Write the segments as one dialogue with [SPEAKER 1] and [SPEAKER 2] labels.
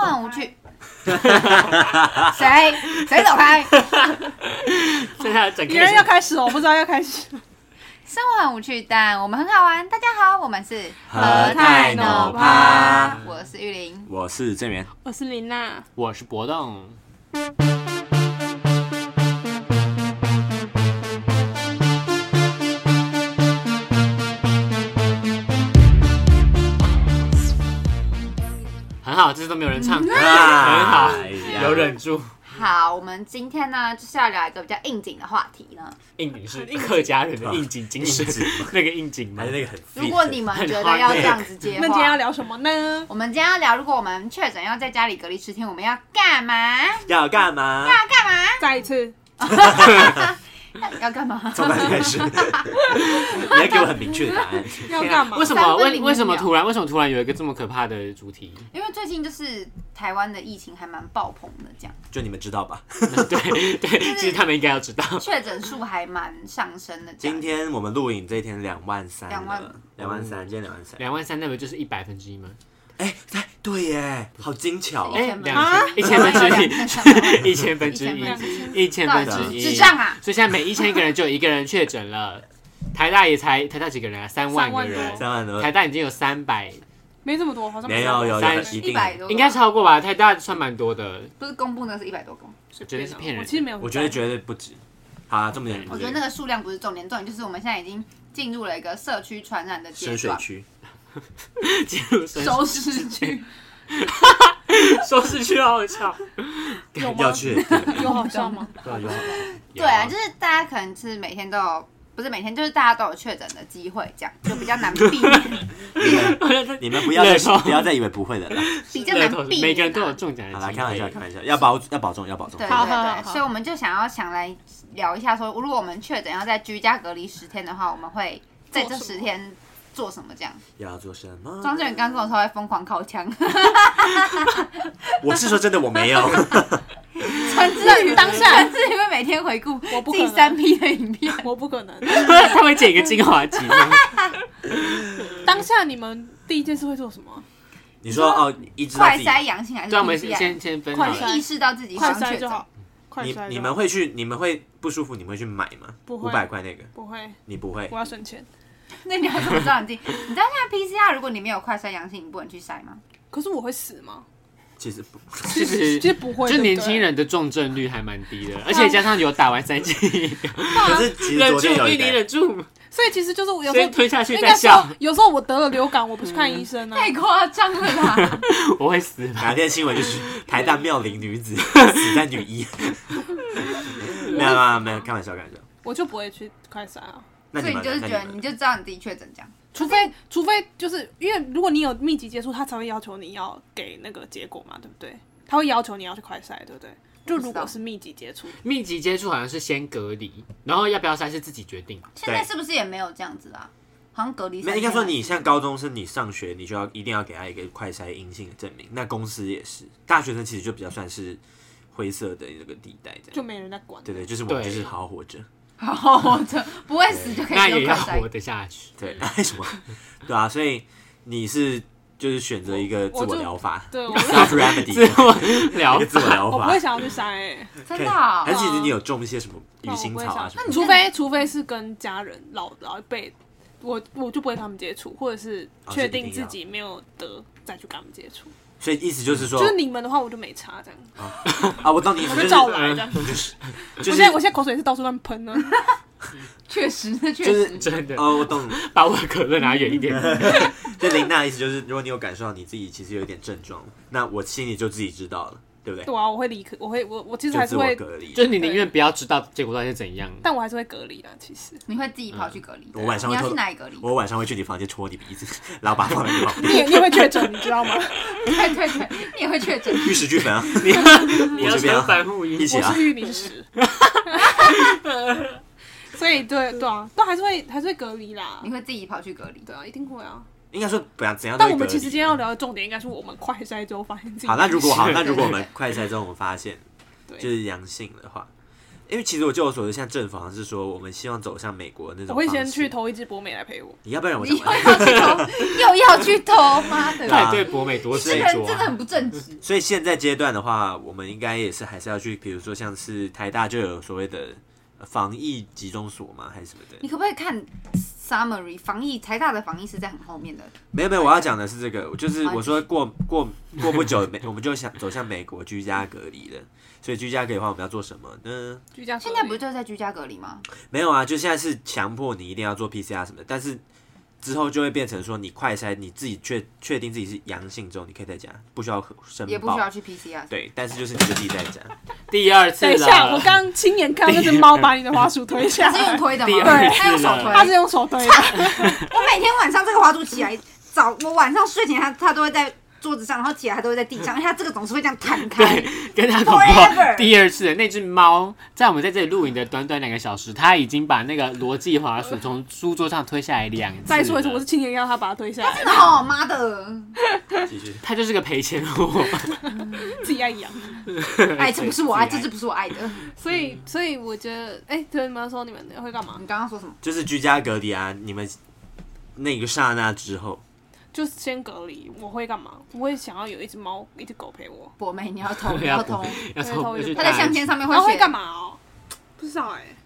[SPEAKER 1] 晚无趣。谁谁走开？
[SPEAKER 2] 剩下的整个
[SPEAKER 3] 别人要 开始哦，我不知道要开始。
[SPEAKER 1] 生活很无趣，但我们很好玩。大家好，我们是
[SPEAKER 3] 和泰
[SPEAKER 2] 努趴
[SPEAKER 1] 我是玉玲。
[SPEAKER 4] 我是郑源，
[SPEAKER 3] 我是林娜，
[SPEAKER 2] 我是博动，很好，这次都没有人唱，
[SPEAKER 4] 嗯
[SPEAKER 2] 很好
[SPEAKER 4] 哎呀，
[SPEAKER 2] 有忍住。
[SPEAKER 1] 好，我们今天呢就是要聊一个比较应景的话题呢。
[SPEAKER 2] 应景是客家人
[SPEAKER 4] 啊
[SPEAKER 2] 的应景精神
[SPEAKER 4] 应景，
[SPEAKER 2] 那个应景吗
[SPEAKER 4] 还是？那个很 fit 的。
[SPEAKER 1] 如果你们觉得要这样子接
[SPEAKER 3] 那今天要
[SPEAKER 1] 话，
[SPEAKER 3] 聊什么呢？
[SPEAKER 1] 我们今天要聊，如果我们确诊要在家里隔离十天，我们要干嘛？
[SPEAKER 4] 要干嘛？
[SPEAKER 1] 要干嘛？
[SPEAKER 3] 再一次，
[SPEAKER 1] 要要干嘛？
[SPEAKER 4] 从哪里开始？ 你要给我很明确的答案。
[SPEAKER 3] 要干嘛
[SPEAKER 2] 为？什么？
[SPEAKER 1] 三分
[SPEAKER 2] 为
[SPEAKER 1] 零
[SPEAKER 2] 为什么
[SPEAKER 1] 秒
[SPEAKER 2] 突然？为什么突然有一个这么可怕的主题？
[SPEAKER 1] 因为最近就是台湾的疫情还蛮爆棚的，这样
[SPEAKER 4] 就你们知道吧？
[SPEAKER 2] 对对，其实他们应该要知道。
[SPEAKER 1] 确诊数还蛮上升的。这样
[SPEAKER 4] 今天我们录影这一天两万三，
[SPEAKER 1] 两万
[SPEAKER 4] 两万三，今天两万三。
[SPEAKER 2] 两万三那不就是一百分之一吗？
[SPEAKER 4] 哎，哎对耶，好精巧哦。
[SPEAKER 2] 哎，
[SPEAKER 1] 千分
[SPEAKER 2] 两千一千分之一，一千分之
[SPEAKER 1] 一千分之
[SPEAKER 2] 一，一千分之一，
[SPEAKER 1] 智障啊！
[SPEAKER 2] 所以现在每一千个人就有一个人确诊了，台大也才台大几个人啊？三万个
[SPEAKER 3] 三
[SPEAKER 2] 人
[SPEAKER 3] 万，
[SPEAKER 4] 三万多
[SPEAKER 2] 台，大已经有三百，
[SPEAKER 3] 没这么多，好像
[SPEAKER 4] 没有有有
[SPEAKER 2] 三
[SPEAKER 4] 一
[SPEAKER 1] 一
[SPEAKER 4] 定。
[SPEAKER 1] 百多，
[SPEAKER 2] 应该超过吧？台大算蛮多的，
[SPEAKER 1] 不是公布那个是一百多公，
[SPEAKER 2] 绝对是骗人
[SPEAKER 3] 我其实没有很在乎，
[SPEAKER 4] 我觉得绝对不止。好啊，这么点，
[SPEAKER 1] 我觉得那个数量不是重点，重点就是我们现在已经进入了一个社区传染的阶
[SPEAKER 4] 深水
[SPEAKER 1] 段。
[SPEAKER 4] 区，
[SPEAKER 2] 进入收
[SPEAKER 3] 收拾区
[SPEAKER 2] 收视区好好笑，
[SPEAKER 3] 有吗
[SPEAKER 4] 要？去的地
[SPEAKER 3] 有好笑吗？
[SPEAKER 4] 方对啊有
[SPEAKER 1] 对啊，就是大家可能是每天都有，不是每天，就是大家都有确诊的机会，这样就比较难避免，
[SPEAKER 4] 你们不 要
[SPEAKER 2] 乐透
[SPEAKER 4] 再不要再以为不会的 了。
[SPEAKER 1] 比较难避免啊。
[SPEAKER 2] 每个人都有中奖的
[SPEAKER 4] 好
[SPEAKER 2] 机
[SPEAKER 4] 啦，
[SPEAKER 2] 会。
[SPEAKER 4] 开玩笑，开玩笑，要保要保重，要保重
[SPEAKER 1] 对。
[SPEAKER 3] 好好
[SPEAKER 1] 对
[SPEAKER 3] 好
[SPEAKER 1] 对，
[SPEAKER 3] 好
[SPEAKER 1] 所以我们就想要想来聊一下说如果我们确诊要在居家隔离十天的话，我们会在这
[SPEAKER 3] 做什
[SPEAKER 1] 十
[SPEAKER 3] 么
[SPEAKER 1] 天做什么？这样，
[SPEAKER 3] 嗯
[SPEAKER 4] 要做什么？
[SPEAKER 1] 庄志远刚跟我说会疯狂靠 枪，
[SPEAKER 4] 我是说真的，我 没有。
[SPEAKER 1] 陈志宇当下，陈志宇会每天回顾
[SPEAKER 3] 我不
[SPEAKER 1] 第
[SPEAKER 3] 可能
[SPEAKER 1] 三批的影片，
[SPEAKER 3] 我不可能。
[SPEAKER 2] 他会剪一个精华集，
[SPEAKER 3] 当下你们第一件事会做什么？
[SPEAKER 4] 你说哦，一直到
[SPEAKER 1] 快
[SPEAKER 4] 自己
[SPEAKER 1] 筛阳性还是
[SPEAKER 2] 对，我们
[SPEAKER 1] PCR？
[SPEAKER 2] 先先分
[SPEAKER 3] 快
[SPEAKER 2] 好
[SPEAKER 1] 就
[SPEAKER 3] 筛
[SPEAKER 2] 了。
[SPEAKER 1] 是意识到自己
[SPEAKER 3] 快
[SPEAKER 1] 刚确
[SPEAKER 3] 筛就
[SPEAKER 1] 诊，
[SPEAKER 3] 好，快
[SPEAKER 4] 你
[SPEAKER 3] 筛就好
[SPEAKER 4] 你们会去，你们会不舒服，你们会去买吗？
[SPEAKER 3] 不
[SPEAKER 4] 五
[SPEAKER 3] 会
[SPEAKER 4] 百块那个，
[SPEAKER 3] 不会？
[SPEAKER 4] 你不会
[SPEAKER 3] 我。要省钱。
[SPEAKER 1] 那你要怎么知道你自己？你知道现在 PCR 如果你没有快筛阳性，你不能去筛吗？
[SPEAKER 3] 可是我会死吗？
[SPEAKER 4] 其 实不，
[SPEAKER 2] 其实
[SPEAKER 3] 其实不会，
[SPEAKER 2] 就
[SPEAKER 3] 对不对
[SPEAKER 2] 年轻，人的重症率还蛮低的，而且加上有打完三剂，
[SPEAKER 4] 可是其实
[SPEAKER 2] 忍
[SPEAKER 4] 昨
[SPEAKER 2] 住，
[SPEAKER 4] 天有
[SPEAKER 2] 玉
[SPEAKER 4] 一
[SPEAKER 2] 玲
[SPEAKER 4] 个，
[SPEAKER 2] 忍住，
[SPEAKER 3] 所以其实就是我有时
[SPEAKER 2] 先
[SPEAKER 3] 候。
[SPEAKER 2] 吞下去
[SPEAKER 3] 应
[SPEAKER 2] 再
[SPEAKER 3] 该说
[SPEAKER 2] 笑，，
[SPEAKER 3] 有时候我得了流感，我不去看医生呢、啊。
[SPEAKER 1] 太夸张了啦！
[SPEAKER 2] 我会死吧？
[SPEAKER 4] 哪天新 闻就是台大妙龄女子死在女医，没有啊，没有，开玩笑，开玩笑。
[SPEAKER 3] 我就不会去快筛啊。
[SPEAKER 4] 那
[SPEAKER 1] 所
[SPEAKER 4] 你
[SPEAKER 1] 以你就
[SPEAKER 4] 们
[SPEAKER 1] 是
[SPEAKER 4] 呢，
[SPEAKER 1] 觉
[SPEAKER 4] 那
[SPEAKER 1] 得
[SPEAKER 4] 你
[SPEAKER 1] 你
[SPEAKER 4] 们
[SPEAKER 1] 就知道你自己确诊这样，
[SPEAKER 3] 除非除非就是因为如果你有密集接触，他才会要求你要给那个结果嘛，对不对？他会要求你要去快筛，对不对？就如果是密集接触，
[SPEAKER 2] 密集接触好像是先隔离，然后要不要筛是自己决定。
[SPEAKER 1] 现在是不是也没有这样子啊？好像隔离三
[SPEAKER 4] 没
[SPEAKER 1] 天
[SPEAKER 4] 应该说你像高中生，你上学你就要一定要给他一个快筛阴性的证明。那公司也是，大学生其实就比较算是灰色的那个地带，这
[SPEAKER 3] 就
[SPEAKER 4] 样。
[SPEAKER 3] 没人在管。
[SPEAKER 4] 对对，就是我们
[SPEAKER 2] 对
[SPEAKER 4] 就是好好活着。
[SPEAKER 1] 好好活着，不会死就可
[SPEAKER 2] 那
[SPEAKER 1] 以不
[SPEAKER 2] 也
[SPEAKER 1] 用快
[SPEAKER 2] 要活
[SPEAKER 1] 筛。
[SPEAKER 2] 得下去。
[SPEAKER 4] 对， 那什么？对啊，所以你是就是选择一个自
[SPEAKER 3] 我
[SPEAKER 4] 我
[SPEAKER 3] 就
[SPEAKER 4] 疗法
[SPEAKER 3] 对，我
[SPEAKER 4] ，self remedy，
[SPEAKER 2] 自我疗
[SPEAKER 4] 一个自我疗
[SPEAKER 3] 我不
[SPEAKER 4] 法
[SPEAKER 3] 会。想要去筛、欸，
[SPEAKER 1] 真的哦
[SPEAKER 4] 还，是其实你有种一些什么鱼
[SPEAKER 3] 哦我
[SPEAKER 4] 腥
[SPEAKER 3] 不会
[SPEAKER 4] 草啊
[SPEAKER 3] 想
[SPEAKER 4] 什么
[SPEAKER 1] 你
[SPEAKER 4] 的？
[SPEAKER 3] 除非除非是跟家人老老一辈，我我就不会跟他们接触，或者是确定自己没有得再去跟他们接触。
[SPEAKER 4] 所以意思就是说
[SPEAKER 3] 就是你们的话，我就没差这样，
[SPEAKER 4] 啊，我知道你意思
[SPEAKER 3] 我
[SPEAKER 4] 就
[SPEAKER 3] 就是照来这样。
[SPEAKER 4] 就
[SPEAKER 3] 我
[SPEAKER 4] 是
[SPEAKER 3] 现在我现在口水是到处乱喷呢，啊
[SPEAKER 1] 确实，那确
[SPEAKER 4] 就
[SPEAKER 1] 实
[SPEAKER 4] 是
[SPEAKER 2] 真的，
[SPEAKER 4] 哦，我懂。
[SPEAKER 2] 把我的可乐拿远一 点。
[SPEAKER 4] 就林娜的意思就是，如果你有感受到你自己其实有一点症状，那我心里就自己知道了，对不对？
[SPEAKER 3] 对啊，我会离开，我会我我其实
[SPEAKER 4] 就
[SPEAKER 3] 还
[SPEAKER 4] 自
[SPEAKER 3] 是
[SPEAKER 4] 我
[SPEAKER 3] 会，
[SPEAKER 4] 隔离
[SPEAKER 2] 就。是你宁愿不要知道结果到底是怎样。
[SPEAKER 3] 但我还是会隔离啊。其实
[SPEAKER 1] 你会自己跑去隔离。
[SPEAKER 4] 我晚上
[SPEAKER 1] 你
[SPEAKER 4] 会
[SPEAKER 1] 要
[SPEAKER 4] 偷
[SPEAKER 1] 去哪里隔离？
[SPEAKER 4] 我晚上会去你房间戳你鼻子，然后把它放在你旁 边。
[SPEAKER 3] 你也你也会确诊，你知道吗？
[SPEAKER 1] 对对对，你也会确诊。
[SPEAKER 4] 玉石俱焚啊！
[SPEAKER 2] 你要你要
[SPEAKER 4] 这边啊
[SPEAKER 2] 说反复音
[SPEAKER 4] 一起
[SPEAKER 3] 我
[SPEAKER 4] 啊
[SPEAKER 3] 是玉米石， 所以对对啊，都还是会还是会隔离啦
[SPEAKER 4] 嗯
[SPEAKER 1] 你。会自己跑去隔离。
[SPEAKER 3] 对啊，一定会啊。
[SPEAKER 4] 应该说不要怎样都
[SPEAKER 3] 但
[SPEAKER 4] 会
[SPEAKER 3] 我
[SPEAKER 4] 隔
[SPEAKER 3] 们
[SPEAKER 4] 离。
[SPEAKER 3] 其实今天要聊的重点应该是我们快筛之后发现自己
[SPEAKER 4] 好，那如果好，
[SPEAKER 2] 是
[SPEAKER 4] 那如果我们快筛中我们发现
[SPEAKER 3] 对
[SPEAKER 4] 就是阳性的话，因为其实我就我所知，现在政府好像是说我们希望走向美国那
[SPEAKER 3] 我
[SPEAKER 4] 种。
[SPEAKER 3] 会先去，投一支博美来陪我。
[SPEAKER 4] 你要不然我
[SPEAKER 1] 你
[SPEAKER 4] 想
[SPEAKER 1] 又要去偷，又要去偷，妈的！
[SPEAKER 2] 到底对博美多
[SPEAKER 1] 这
[SPEAKER 2] 执
[SPEAKER 1] 个人真
[SPEAKER 2] 着
[SPEAKER 1] 的
[SPEAKER 2] 啊？
[SPEAKER 1] 很不正直。
[SPEAKER 4] 所以现在阶段的话，我们应该也是还是要去，比如说像是台大就有所谓的呃防疫集中所嘛，还是什么的
[SPEAKER 1] 你。可不可以看 summary 防疫台大的防疫是在很后面的？
[SPEAKER 4] 没有没有，我要讲的是这个，就是
[SPEAKER 1] 好
[SPEAKER 4] 我说过过过不久，美我们就想走向美国居家隔离了。所以居家隔离的话，我们要做什么呢？
[SPEAKER 3] 居家
[SPEAKER 1] 现在不是
[SPEAKER 3] 就
[SPEAKER 1] 就是在居家隔离吗？
[SPEAKER 4] 没有啊，就现在是强迫你一定要做 PCR 什么的，但是之后就会变成说，你快筛你自己确确定自己是阳性之后，你可以在家，不需要申
[SPEAKER 1] 也不需要
[SPEAKER 4] 报。
[SPEAKER 1] 去 PCR。
[SPEAKER 4] 对，但是就是你就自己在家。
[SPEAKER 2] 第二次
[SPEAKER 3] 等一下，我
[SPEAKER 2] 了，
[SPEAKER 3] 刚亲眼看到那只猫把你的花束推下
[SPEAKER 1] 他是用
[SPEAKER 3] 来，
[SPEAKER 1] 推 的
[SPEAKER 2] 第
[SPEAKER 1] 吗？
[SPEAKER 2] 二
[SPEAKER 1] 他用
[SPEAKER 2] 次
[SPEAKER 1] 手
[SPEAKER 2] 了
[SPEAKER 1] 推。
[SPEAKER 3] 它是用手推的。
[SPEAKER 1] 我每天晚上这个滑鼠起来，早我晚上睡前他他都会在桌子上，然后起来他都会在地上，因为他这个总是会这样弹开。
[SPEAKER 2] 跟他恐
[SPEAKER 1] Forever
[SPEAKER 2] 怖。第二次的那只猫，在我们在这里录影的短短两个小时，它已经把那个逻辑滑鼠从书桌上推下来两次了。
[SPEAKER 3] 再说一次，我是亲眼看到它把它推下来，
[SPEAKER 1] 哦妈的！
[SPEAKER 4] 继续。
[SPEAKER 2] 它就是个赔钱货。
[SPEAKER 3] 自己爱养。
[SPEAKER 1] 哎，这不是我爱，
[SPEAKER 2] 自
[SPEAKER 1] 这
[SPEAKER 2] 己爱
[SPEAKER 1] 只不是我哎爱的。
[SPEAKER 3] 所
[SPEAKER 4] 嗯
[SPEAKER 3] 以，所以我觉得，哎，对你们要说你们会干嘛？
[SPEAKER 1] 你刚刚说什么？
[SPEAKER 4] 就是居家隔离啊，你们那个刹那之后，
[SPEAKER 3] 就是先隔离，我会干嘛？我会想要有一只猫、一只狗陪我。
[SPEAKER 1] 博妹，你要 投，你
[SPEAKER 2] 对啊
[SPEAKER 1] 要投。
[SPEAKER 2] 要从要去
[SPEAKER 1] 他
[SPEAKER 2] 大
[SPEAKER 1] 在相片上面会
[SPEAKER 3] 然后会
[SPEAKER 1] 写
[SPEAKER 3] 干？嘛哦？不知道哎、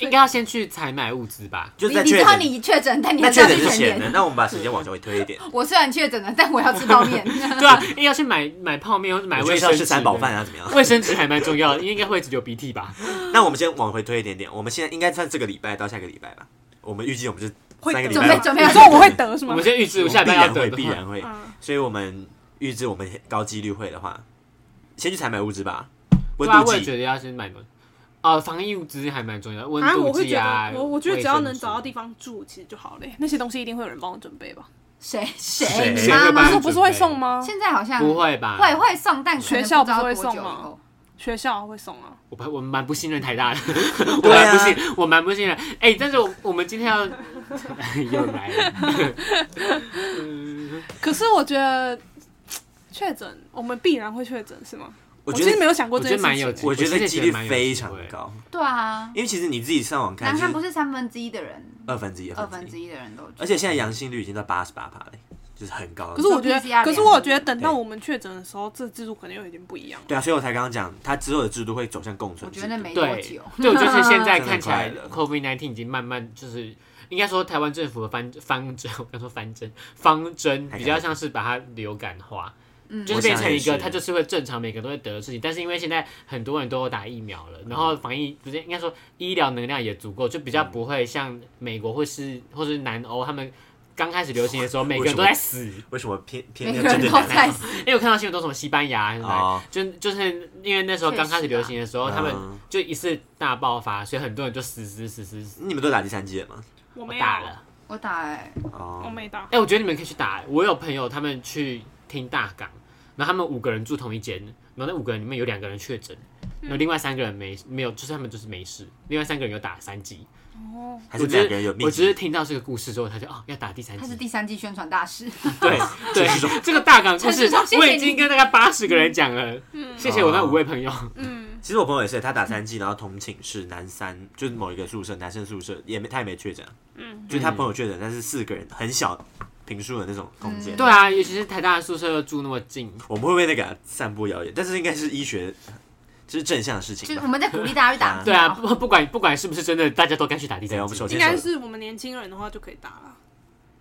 [SPEAKER 2] 应该要先去采买物资吧？
[SPEAKER 4] 就
[SPEAKER 1] 你
[SPEAKER 4] 在
[SPEAKER 1] 你
[SPEAKER 4] 确
[SPEAKER 1] 知道
[SPEAKER 4] 诊，
[SPEAKER 1] 你确诊，但你
[SPEAKER 4] 那
[SPEAKER 1] 还是要
[SPEAKER 4] 确诊
[SPEAKER 1] 去
[SPEAKER 4] 之
[SPEAKER 1] 全
[SPEAKER 4] 前呢
[SPEAKER 1] 联。？
[SPEAKER 4] 那我们把时间往前推一点，
[SPEAKER 1] 我虽然确诊了，但我要吃泡 面。
[SPEAKER 2] 对啊，应该要去买买泡面或者买
[SPEAKER 4] 我觉
[SPEAKER 2] 卫
[SPEAKER 4] 得是要
[SPEAKER 2] 生纸。
[SPEAKER 4] 吃三宝饭啊，怎么样？
[SPEAKER 2] 卫生纸还蛮重要的，应该会一直流鼻涕吧？
[SPEAKER 4] 那我们先往回推一点点，我们现在应该算这个礼拜到下个礼拜吧。我们预计我们是
[SPEAKER 3] 会
[SPEAKER 4] 三个
[SPEAKER 3] 得
[SPEAKER 4] 礼
[SPEAKER 1] 准
[SPEAKER 4] 拜
[SPEAKER 1] 备
[SPEAKER 4] 吧，
[SPEAKER 1] 准备
[SPEAKER 3] 你
[SPEAKER 1] 要
[SPEAKER 3] 说我会得是
[SPEAKER 2] 我
[SPEAKER 3] 吗
[SPEAKER 2] 们？先预知
[SPEAKER 4] 我
[SPEAKER 2] 下
[SPEAKER 4] 们
[SPEAKER 2] 礼
[SPEAKER 4] 必
[SPEAKER 2] 拜要
[SPEAKER 4] 然
[SPEAKER 2] 得
[SPEAKER 4] 会
[SPEAKER 2] 的
[SPEAKER 4] 必然
[SPEAKER 2] 话，啊
[SPEAKER 4] 会，
[SPEAKER 3] 嗯，
[SPEAKER 4] 所以我们预知我们高几率会的话，先去采买物资吧，
[SPEAKER 2] 对
[SPEAKER 4] 温
[SPEAKER 2] 啊，
[SPEAKER 4] 度
[SPEAKER 2] 我也
[SPEAKER 4] 计。
[SPEAKER 2] 觉得要先买东西。哦，防疫物资还蛮重要，温
[SPEAKER 3] 啊，我
[SPEAKER 2] 度
[SPEAKER 3] 会
[SPEAKER 2] 计
[SPEAKER 3] 觉
[SPEAKER 2] 啊，
[SPEAKER 3] 得，我我觉得只要能找到
[SPEAKER 2] 地，
[SPEAKER 3] 地方住，其实就好嘞。那些东西一定会有人帮我准备吧？
[SPEAKER 1] 谁
[SPEAKER 4] 谁
[SPEAKER 1] 谁？
[SPEAKER 4] 谁
[SPEAKER 1] 你妈
[SPEAKER 2] 会
[SPEAKER 1] 妈
[SPEAKER 2] 帮
[SPEAKER 3] 不
[SPEAKER 2] 你
[SPEAKER 3] 是不是会送吗？
[SPEAKER 1] 现在好像
[SPEAKER 2] 不会吧？
[SPEAKER 1] 会会送，但可能
[SPEAKER 3] 学校
[SPEAKER 1] 不知道
[SPEAKER 3] 不是会
[SPEAKER 1] 多久
[SPEAKER 3] 送吗
[SPEAKER 1] 以后
[SPEAKER 3] 学校会送啊。
[SPEAKER 2] 我不我蛮不信任台大的，我
[SPEAKER 4] 对
[SPEAKER 2] 蛮
[SPEAKER 4] 啊
[SPEAKER 2] 不信，我蛮不信任。哎、但是我我们今天要 又来了，
[SPEAKER 3] 可是我觉得确诊，我们必然会确诊是吗？
[SPEAKER 4] 我
[SPEAKER 3] 其
[SPEAKER 4] 觉
[SPEAKER 3] 实
[SPEAKER 4] 得
[SPEAKER 3] 没有想过
[SPEAKER 2] 我
[SPEAKER 3] 这
[SPEAKER 2] 觉得
[SPEAKER 3] 件事
[SPEAKER 2] 蛮
[SPEAKER 3] 情
[SPEAKER 2] 有
[SPEAKER 3] 欸
[SPEAKER 2] 机会
[SPEAKER 4] 我觉得
[SPEAKER 2] 我其实
[SPEAKER 4] 几
[SPEAKER 2] 也
[SPEAKER 4] 率
[SPEAKER 2] 蛮有
[SPEAKER 4] 非
[SPEAKER 2] 机
[SPEAKER 4] 常
[SPEAKER 2] 会
[SPEAKER 4] 高，
[SPEAKER 1] 对啊，
[SPEAKER 4] 因为其实你自己上网看
[SPEAKER 1] 南
[SPEAKER 4] 是
[SPEAKER 1] 韩不是三分之一的人，
[SPEAKER 4] 二分之一，
[SPEAKER 1] 二分之
[SPEAKER 4] 一，
[SPEAKER 1] 一的人都，
[SPEAKER 4] 而且现在阳性率已经到八十八趴了，就是很高了。
[SPEAKER 3] 可是我觉
[SPEAKER 1] 做 PCR
[SPEAKER 3] 得，可是
[SPEAKER 1] 量
[SPEAKER 3] 我觉得等到我们确诊的时候，这制度可能又已经不一样了。
[SPEAKER 4] 对啊，所以我才刚刚讲，它之后的制度会走向共
[SPEAKER 1] 我
[SPEAKER 4] 存制
[SPEAKER 1] 觉
[SPEAKER 4] 度。
[SPEAKER 1] 得没多
[SPEAKER 2] 对
[SPEAKER 1] 久，，
[SPEAKER 2] 对，我就是现 在看起来
[SPEAKER 4] 真的快
[SPEAKER 2] COVID 1 9已经慢慢就是。应该说，台湾政府的方方针，我刚说方针，方针比较像是把它流感化，
[SPEAKER 1] 嗯
[SPEAKER 2] 就是变成一
[SPEAKER 4] 我想
[SPEAKER 2] 个
[SPEAKER 4] 也是
[SPEAKER 2] 它就是会正常每个人都会得的事情。但是因为现在很多人都有打疫苗了，然
[SPEAKER 4] 嗯
[SPEAKER 2] 后防疫不是应该说医疗能量也足够，就比较不会像美国或是或是南欧他们刚开始流行的 时候，每个人都在死，
[SPEAKER 4] 为什么偏偏
[SPEAKER 1] 每
[SPEAKER 4] 要
[SPEAKER 1] 个人
[SPEAKER 4] 针对
[SPEAKER 1] 都
[SPEAKER 4] 男
[SPEAKER 1] 在
[SPEAKER 4] 孩？
[SPEAKER 1] 死，
[SPEAKER 2] 因为我看到新闻都是什么西班牙还是哪里，
[SPEAKER 4] 哦
[SPEAKER 2] 就就是因为那时候刚开始流行的时候，
[SPEAKER 4] 确实啊
[SPEAKER 2] 他们
[SPEAKER 4] 嗯
[SPEAKER 2] 就一次大爆发，所以很多人就死死死死死
[SPEAKER 4] 你们都打第三剂了吗？
[SPEAKER 3] 我没有
[SPEAKER 2] 打，了。
[SPEAKER 1] 我打哎，
[SPEAKER 3] 我
[SPEAKER 4] 哦，
[SPEAKER 3] 没打
[SPEAKER 2] 哎、。我觉得你们可以去打、我有朋友他们去听大港，然后他们五个人住同一间，然后那五个人里面有两个人确诊，然后另外三个人没没有，就是他们就是没事，另外三个人有打三剂。
[SPEAKER 3] 哦，
[SPEAKER 4] 还是
[SPEAKER 2] 我只
[SPEAKER 4] 两
[SPEAKER 2] 是
[SPEAKER 4] 个人有密
[SPEAKER 2] 我只是
[SPEAKER 4] 集？
[SPEAKER 2] 听到这个故事之后，他就哦要打第三
[SPEAKER 1] 他是
[SPEAKER 2] 剂。
[SPEAKER 1] 第三季宣传大使，
[SPEAKER 2] 对
[SPEAKER 4] 陈世忠
[SPEAKER 2] 对，这个大港故
[SPEAKER 1] 陈世
[SPEAKER 2] 事
[SPEAKER 1] 忠谢谢
[SPEAKER 2] 我已
[SPEAKER 1] 你
[SPEAKER 2] 经跟大概八十个人讲了，谢谢我那五位朋友。
[SPEAKER 3] 嗯，
[SPEAKER 4] 其实我朋友也是，他打三剂，然后同寝室男三，就是某一个宿舍男生宿舍也没他也没确诊，嗯，就是他朋友确诊，但是四个人很小平数的那种空间，
[SPEAKER 2] 对啊，尤其是台大的宿舍又住那么近，
[SPEAKER 4] 我们会不会在给他啊散播谣言？但是应该是医学，这是正向的事
[SPEAKER 1] 就
[SPEAKER 4] 情
[SPEAKER 1] 是我
[SPEAKER 4] 吧？
[SPEAKER 1] 们在鼓励大家去打，
[SPEAKER 2] 对啊，，不不管不管是不是真的，大家都该去打第
[SPEAKER 4] 对，
[SPEAKER 2] 三
[SPEAKER 4] 我们首
[SPEAKER 2] 剂。
[SPEAKER 4] 先
[SPEAKER 3] 应该是我们年轻人的话就可以打了。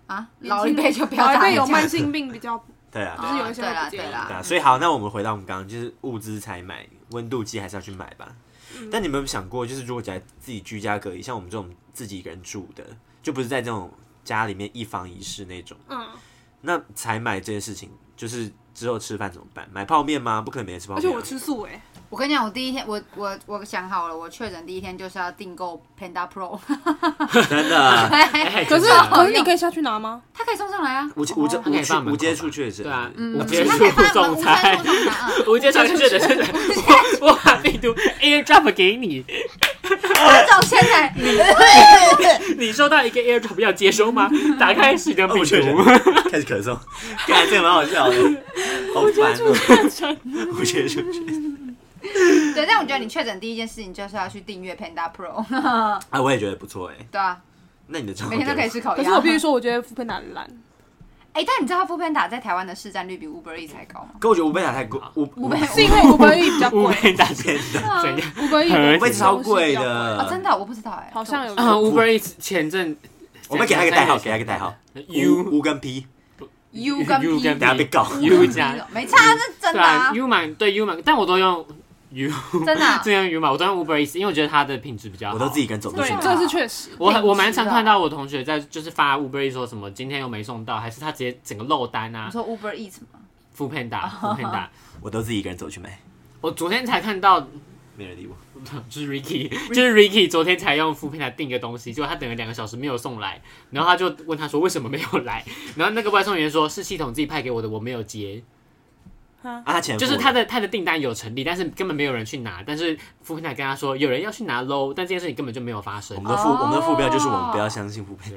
[SPEAKER 1] 啊，老一辈就不要
[SPEAKER 3] 老一
[SPEAKER 1] 打
[SPEAKER 3] 辈
[SPEAKER 1] 了，
[SPEAKER 3] 有慢性病比较
[SPEAKER 4] 对啊，对
[SPEAKER 3] 就
[SPEAKER 4] 啊
[SPEAKER 3] 是有一些
[SPEAKER 1] 对啦
[SPEAKER 3] 会不
[SPEAKER 1] 对
[SPEAKER 3] 见
[SPEAKER 1] 啦
[SPEAKER 4] 对啊，所以好，那我们回到我们刚刚，就是物资采买，温度计还是要去买吧。但你们有没有想过，就是如果假如自己居家隔离，像我们这种自己一个人住的，就不是在这种家里面一房一室那种，
[SPEAKER 3] 嗯，
[SPEAKER 4] 那采买这件事情，就是之后吃饭怎么办？买泡面吗？不可能每天吃泡
[SPEAKER 3] 而且
[SPEAKER 4] 面啊、
[SPEAKER 3] 我吃素哎，
[SPEAKER 1] 我跟你讲，我第一天，我我我想好了，我确诊第一天就是要订购 Panda Pro，
[SPEAKER 4] 真的
[SPEAKER 2] 哎
[SPEAKER 3] 可是
[SPEAKER 4] 啊
[SPEAKER 2] 真的
[SPEAKER 3] 可是你可以下去拿吗？
[SPEAKER 1] 它可以送上来啊，
[SPEAKER 4] 无接无接
[SPEAKER 2] 他可
[SPEAKER 4] 无
[SPEAKER 2] 以放
[SPEAKER 4] 接
[SPEAKER 2] 门口
[SPEAKER 4] 无接
[SPEAKER 2] 吧
[SPEAKER 4] 触确诊，
[SPEAKER 2] 对啊，
[SPEAKER 1] 嗯，
[SPEAKER 2] 无
[SPEAKER 1] 它可
[SPEAKER 2] 接
[SPEAKER 1] 以
[SPEAKER 2] 触
[SPEAKER 1] 帮我们
[SPEAKER 2] 送
[SPEAKER 1] 无接
[SPEAKER 2] 餐
[SPEAKER 1] 触，送餐，嗯
[SPEAKER 2] 无接触确诊，真的，我我把病毒 airdrop 给你，
[SPEAKER 1] 我走嗯现在，
[SPEAKER 2] 你收到一个 airdrop 要接收 吗？打开是你的
[SPEAKER 4] 哦，
[SPEAKER 2] 病
[SPEAKER 4] 我确诊
[SPEAKER 2] 毒，，
[SPEAKER 4] 开始咳嗽， 看 这个蛮好笑的，好烦哦，我觉得确诊，
[SPEAKER 1] 对对，但我觉得你确诊第一件事情就是要去订阅 Panda Pro，
[SPEAKER 4] 啊，我也觉得不错哎、
[SPEAKER 1] 对啊，
[SPEAKER 4] 那你的账号
[SPEAKER 1] 每天都可以吃烤
[SPEAKER 3] 可
[SPEAKER 1] 鸭。
[SPEAKER 3] 是我必须说，我觉得福佩南烂，
[SPEAKER 1] 哎、但你知道 f o o Panda 在台湾的市占率比 Uber E 还高吗？
[SPEAKER 4] 可我觉得五倍塔太贵，五五
[SPEAKER 1] 五倍
[SPEAKER 3] 是因为五百亿比较
[SPEAKER 2] 五
[SPEAKER 3] 贵，
[SPEAKER 2] 倍大钱
[SPEAKER 1] 啊
[SPEAKER 2] 怎样？
[SPEAKER 3] 五百亿
[SPEAKER 2] 五倍
[SPEAKER 4] 超贵的
[SPEAKER 2] 呃
[SPEAKER 1] 啊，真的哦、我不知道哎、
[SPEAKER 3] 好像 有
[SPEAKER 2] 啊，Uber Eats 前阵，
[SPEAKER 4] 我们给他一个代号，给他一个代号
[SPEAKER 2] U
[SPEAKER 4] 五跟 P，
[SPEAKER 1] U 跟 P，哦
[SPEAKER 2] U 跟
[SPEAKER 4] 等下被告。
[SPEAKER 2] U 加，
[SPEAKER 1] 没差，是真
[SPEAKER 2] 对
[SPEAKER 1] 的啊
[SPEAKER 2] 啊，U 满对 U 满，但我都用 U，
[SPEAKER 1] 真的啊、
[SPEAKER 2] 这样 U 满，我都用 Uber Eats，因为我觉得它的品质比较好。
[SPEAKER 4] 我都自己。跟走路
[SPEAKER 3] 对
[SPEAKER 4] 去
[SPEAKER 1] 真，的
[SPEAKER 4] 买。
[SPEAKER 3] 啊这是确实。
[SPEAKER 2] 我
[SPEAKER 1] 品质
[SPEAKER 2] 我蛮常
[SPEAKER 1] 啊
[SPEAKER 2] 看到我同学在就是发 Uber Eats 说什么今天又没送到，还是他直接整个漏单
[SPEAKER 1] 你
[SPEAKER 2] 啊
[SPEAKER 1] 说 Uber Eats 吗？
[SPEAKER 2] ，Food Panda Food Panda。
[SPEAKER 4] 我都自己一个人走去买，
[SPEAKER 2] 我昨天才看到
[SPEAKER 4] 没人理我。
[SPEAKER 2] 就是 Ricky，就是 Ricky 昨天才用 f o o p a n 订一个东西，结果他等了两个小时没有送来，然后他就问他说为什么没有来， 然后那个外送员说是系统自己派给我的，我没有接，
[SPEAKER 4] 啊，他钱
[SPEAKER 2] 就是他的他的订单有成立，但是根本没有人去拿，但是 f o o p a n 跟他说有人要去拿喽，但这件事情根本就没有发生
[SPEAKER 4] 我。们的副我们的副标就是我们不要相信副标，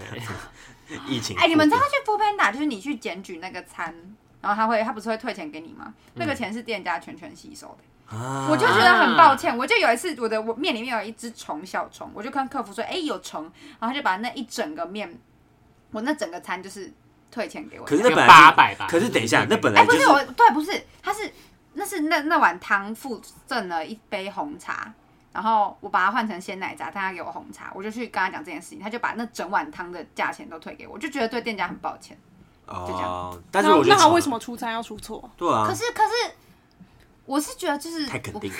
[SPEAKER 4] 疫情。
[SPEAKER 1] 哎、你们知道去 f o o Panda 就是你去检举那个餐，然后他会他不是会退钱给你吗？那
[SPEAKER 2] 嗯
[SPEAKER 1] 个钱是店家全权吸收的。
[SPEAKER 4] 啊？
[SPEAKER 1] 我就觉得很抱歉，我就有一次我的我面里面有一只虫小虫，我就跟客服说，哎、有虫，然后他就把那一整个面，我那整个餐就是退钱给我。
[SPEAKER 4] 可是那本来
[SPEAKER 2] 八百吧，
[SPEAKER 4] 可是等一下，那本
[SPEAKER 1] 哎、
[SPEAKER 4] 来
[SPEAKER 1] 不
[SPEAKER 4] 就是
[SPEAKER 1] 我，对，不是，他是那是那那碗汤附赠了一杯红茶，然后我把它换成鲜奶茶，但他给我红茶，我就去跟他讲这件事情，他就把那整碗汤的价钱都退给我，我就觉得对店家很抱歉。这
[SPEAKER 4] 哦
[SPEAKER 1] 样，
[SPEAKER 4] 但是
[SPEAKER 3] 那
[SPEAKER 4] 我觉得
[SPEAKER 3] 那他为什么出差要出错？
[SPEAKER 4] 对啊
[SPEAKER 1] 可？是可是，我是觉得就是
[SPEAKER 4] 太肯定了，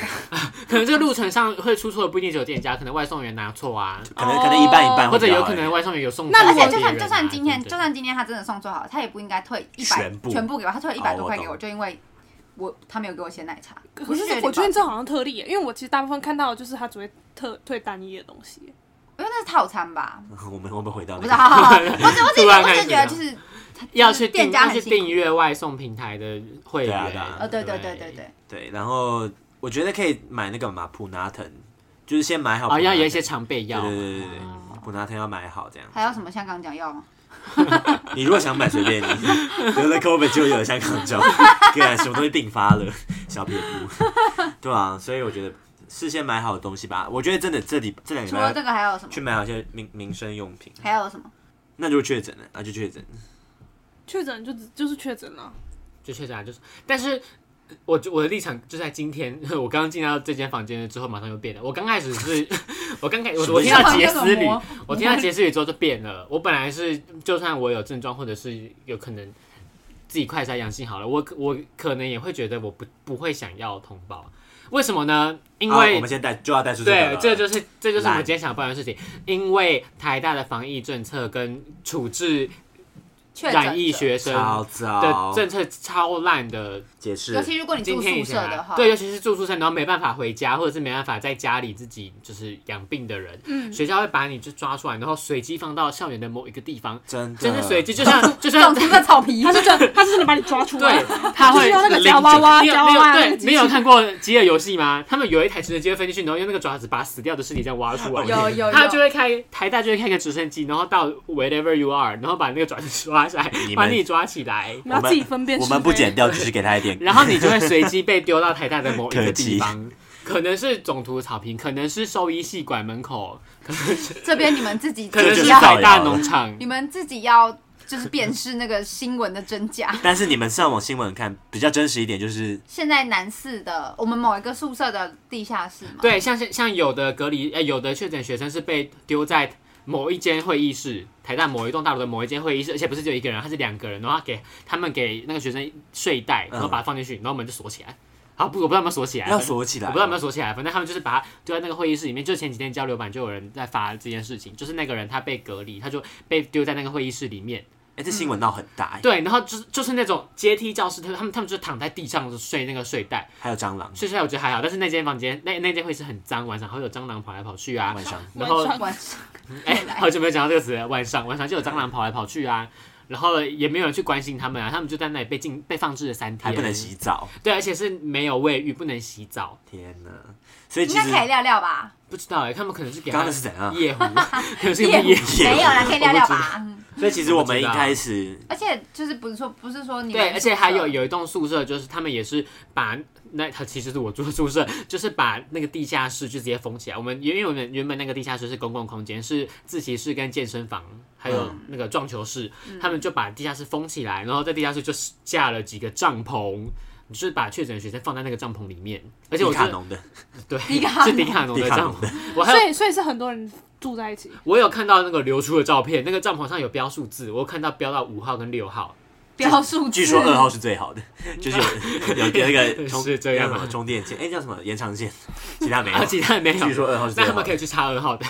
[SPEAKER 2] 可能这个路程上会出错的不一定只有店家，可能外送员拿错 啊，
[SPEAKER 4] 可能可能一半一半
[SPEAKER 2] 哦或
[SPEAKER 4] 会
[SPEAKER 2] 者
[SPEAKER 4] 比较好，哎
[SPEAKER 2] 有可能外送员有送错
[SPEAKER 3] 那
[SPEAKER 1] 而
[SPEAKER 2] 给别人啊。
[SPEAKER 1] 且就算就算今天
[SPEAKER 2] 对
[SPEAKER 1] 就
[SPEAKER 2] 不对
[SPEAKER 1] 算今天他真的送做好了，他也不应该退一百
[SPEAKER 4] 全部
[SPEAKER 1] 给我，他退了一百多块给
[SPEAKER 4] 哦
[SPEAKER 1] 我，
[SPEAKER 4] 我懂
[SPEAKER 1] 就因为我他没有给我鲜奶茶，
[SPEAKER 3] 可
[SPEAKER 1] 我
[SPEAKER 3] 是
[SPEAKER 1] 就觉得
[SPEAKER 3] 我觉得
[SPEAKER 1] 这
[SPEAKER 3] 这好像特例耶，因为我其实大部分看到的就是他只会特退单一的东西耶。
[SPEAKER 1] 因为那是套餐吧，
[SPEAKER 4] 我们我们回到
[SPEAKER 1] 我不
[SPEAKER 4] 那个
[SPEAKER 1] 知道，我只我只
[SPEAKER 2] 突然
[SPEAKER 1] 我
[SPEAKER 2] 开
[SPEAKER 1] 只
[SPEAKER 2] 始
[SPEAKER 1] 觉得
[SPEAKER 2] 了
[SPEAKER 1] 就是
[SPEAKER 2] 要去
[SPEAKER 1] 店
[SPEAKER 2] 订
[SPEAKER 1] 家
[SPEAKER 2] 要
[SPEAKER 1] 很
[SPEAKER 2] 去
[SPEAKER 1] 辛苦
[SPEAKER 2] 订阅外送平台的会员
[SPEAKER 4] 对啊对啊，
[SPEAKER 1] 呃对对对
[SPEAKER 2] 嗯
[SPEAKER 1] 对对，
[SPEAKER 4] 对，然后我觉得可以买那个嘛普拿疼，就是先买好
[SPEAKER 2] 啊，要有一
[SPEAKER 4] Punathen
[SPEAKER 2] 些常备药
[SPEAKER 4] 对。对对对
[SPEAKER 2] 哦
[SPEAKER 4] 对，普拿疼要买好这样。
[SPEAKER 1] 还有什么香港脚药吗？
[SPEAKER 4] 你如果想买随便 你，有了 COVID 就有了香港脚，对啊，什么东西并发了，小撇步，对啊，所以我觉得事先买好的东西吧，我觉得真的这里这
[SPEAKER 2] 哎
[SPEAKER 4] 两个礼
[SPEAKER 1] 除了这
[SPEAKER 4] 拜
[SPEAKER 1] 个还有什么
[SPEAKER 4] 去？买好一些民民生用品，
[SPEAKER 1] 还有什么？
[SPEAKER 4] 那就确诊了，那就确诊，
[SPEAKER 3] 确诊就只就是确诊了，
[SPEAKER 2] 就确诊啊，就是，但是呃我我的立场就在今天， 我刚刚进到这间房间了之后，马上就变了。我刚开始是， 我刚开我我听到杰斯
[SPEAKER 1] 什
[SPEAKER 2] 语
[SPEAKER 1] 么，
[SPEAKER 2] 我听到杰斯语之后就变了。我本来是，就算我有症状，或者是有可能自己快筛阳性好了，我可我可能也会觉得我不不会想要通报，为什么呢？因
[SPEAKER 4] 好
[SPEAKER 2] 为
[SPEAKER 4] 啊我们现在就要带出个
[SPEAKER 2] 对
[SPEAKER 4] 了，
[SPEAKER 2] 这就是这就是我
[SPEAKER 4] 懒
[SPEAKER 2] 们今天想抱怨的事情，因为台大的防疫政策跟处置
[SPEAKER 1] 确诊
[SPEAKER 2] 染疫
[SPEAKER 1] 者，
[SPEAKER 2] 学生
[SPEAKER 4] 超
[SPEAKER 2] 的
[SPEAKER 4] 糟，
[SPEAKER 2] 政策超烂的，
[SPEAKER 4] 解释
[SPEAKER 1] 尤其如果你
[SPEAKER 2] 今
[SPEAKER 1] 住
[SPEAKER 2] 天以
[SPEAKER 1] 宿
[SPEAKER 2] 前
[SPEAKER 1] 舍
[SPEAKER 2] 啊
[SPEAKER 1] 的话，
[SPEAKER 2] 对，尤其是住宿舍，然后没办法回家，或者是没办法在家里自己就是养病的人，
[SPEAKER 3] 嗯
[SPEAKER 2] 学校会把你就抓出来，然后随机放到校园的某一个地方，
[SPEAKER 4] 真的
[SPEAKER 2] 真的随机，就 像就像
[SPEAKER 1] 种出个草皮，
[SPEAKER 3] 他是真的他是真的把你抓出来
[SPEAKER 2] 对，，他会
[SPEAKER 3] 就是用那个
[SPEAKER 2] 拎
[SPEAKER 3] 夹
[SPEAKER 2] 着
[SPEAKER 3] 娃娃
[SPEAKER 2] 你有
[SPEAKER 3] 夹
[SPEAKER 2] 你有
[SPEAKER 3] 娃娃那个
[SPEAKER 2] 对，
[SPEAKER 3] 机
[SPEAKER 2] 你有
[SPEAKER 3] 器
[SPEAKER 2] 看过《饥饿游戏》吗？他们有一台直升机会飞进去，然后用那个爪子把死掉的尸体这样挖出来。
[SPEAKER 1] 有有
[SPEAKER 2] 他
[SPEAKER 1] 有
[SPEAKER 2] 就。会开台大就会开个直升机，然后到 wherever you are，然后把那个爪子抓下来
[SPEAKER 4] 你，们
[SPEAKER 2] 把你抓起来，
[SPEAKER 3] 你要自己分辨
[SPEAKER 4] 我
[SPEAKER 3] 是
[SPEAKER 4] 们不
[SPEAKER 3] 非
[SPEAKER 4] 剪掉，只是给他一点，
[SPEAKER 2] 然后你就会随机被丢到台大的某一
[SPEAKER 4] 可
[SPEAKER 2] 个
[SPEAKER 4] 及
[SPEAKER 2] 地方，可能是总图草坪，可能是兽医系馆门口，
[SPEAKER 1] 这边你们自己
[SPEAKER 2] 可
[SPEAKER 1] 自
[SPEAKER 2] 能
[SPEAKER 1] 己
[SPEAKER 2] 是
[SPEAKER 1] 要，
[SPEAKER 2] 台大农场
[SPEAKER 1] 你。们自己要就是辨识那个新闻的真假。
[SPEAKER 4] 但是你们上网新闻看比较真实一点，就是
[SPEAKER 1] 现在南四的我们某一个宿舍的地下室嘛，
[SPEAKER 2] 对，像是像有的隔离，呃，有的确诊学生是被丢在某一间会议室，台大某一栋大楼的某一间会议室，而且不是只有一个人，他是两个人，然后他给他们给那个学生睡袋，然后把它放进去，然后门就锁起来。好，不，我不知道有没有锁起来，反
[SPEAKER 4] 要
[SPEAKER 2] 正
[SPEAKER 4] 锁起来，
[SPEAKER 2] 我不知道有没有锁起来，反正他们就是把他丢在那个会议室里面。就前几天交流版就有人在发这件事情，就是那个人他被隔离，他就被丢在那个会议室里面。
[SPEAKER 4] 哎，这新闻闹很大，哎
[SPEAKER 2] 对，然后就是就是那种阶梯教室，他们他们就躺在地上睡那个睡袋，
[SPEAKER 4] 还有蟑螂，
[SPEAKER 2] 睡睡我觉得还好，但是那间房间那那间会是很脏，晚上还会有蟑螂跑来跑去啊
[SPEAKER 4] 晚。上
[SPEAKER 2] 然后
[SPEAKER 3] 晚上
[SPEAKER 1] 晚上
[SPEAKER 2] 哎、
[SPEAKER 1] 又来
[SPEAKER 2] 好久没有讲到这个词了，晚上晚上就有蟑螂跑来跑去啊。然后也没有人去关心他们啊，他们就在那里被禁被放置了三天，
[SPEAKER 4] 还不能洗，澡，
[SPEAKER 2] 对，而且是没有卫浴，不能洗澡，
[SPEAKER 4] 天哪！所以
[SPEAKER 1] 应
[SPEAKER 4] 其
[SPEAKER 1] 该
[SPEAKER 4] 实
[SPEAKER 1] 可以聊聊吧？
[SPEAKER 2] 不知道哎、他们可能是给
[SPEAKER 4] 刚
[SPEAKER 2] 他
[SPEAKER 4] 刚那是怎样
[SPEAKER 2] 夜壶，可能是
[SPEAKER 1] 夜
[SPEAKER 2] 给夜
[SPEAKER 1] 壶没有啦，可以聊聊吧。嗯
[SPEAKER 4] 所以其实我们一开始
[SPEAKER 1] 而且就是不是说不是说你们
[SPEAKER 2] 对，而且还有
[SPEAKER 1] 宿舍
[SPEAKER 2] 有一栋宿舍，就是他们也是把那它其实是我住的宿舍， 就是把那个地下室就直接封起来。我们因为我们原本那个地下室是公共空间，是自习室跟健身房，还有
[SPEAKER 4] 嗯
[SPEAKER 2] 那个撞球室，
[SPEAKER 1] 嗯
[SPEAKER 2] 他们就把地下室封起来，然后在地下室就架了几个帐篷。就是把确诊的学生放在那个帐篷里面，而且我
[SPEAKER 4] 迪
[SPEAKER 2] 觉
[SPEAKER 4] 卡
[SPEAKER 2] 得
[SPEAKER 4] 侬的，
[SPEAKER 2] 对
[SPEAKER 1] 迪卡侬
[SPEAKER 2] 是迪卡侬的
[SPEAKER 4] 迪卡
[SPEAKER 2] 帐
[SPEAKER 4] 侬
[SPEAKER 2] 篷，我还有
[SPEAKER 3] 所以所以是很多人住在一起，
[SPEAKER 2] 我有看到那个流出的照片，那个帐篷上有标数字，我有看到标到五号跟六号，
[SPEAKER 1] 标数
[SPEAKER 4] 据
[SPEAKER 1] 字
[SPEAKER 4] 说二号是最好的，就是有 有 那个充
[SPEAKER 2] 嗯是这样
[SPEAKER 4] 叫
[SPEAKER 2] 吗
[SPEAKER 4] 什么充电线，哎叫什么延长线， 其他没有
[SPEAKER 2] 啊，，其他人没有。
[SPEAKER 4] 哎据说二号是最
[SPEAKER 2] 那他
[SPEAKER 4] 好的
[SPEAKER 2] 们可以去插二号的，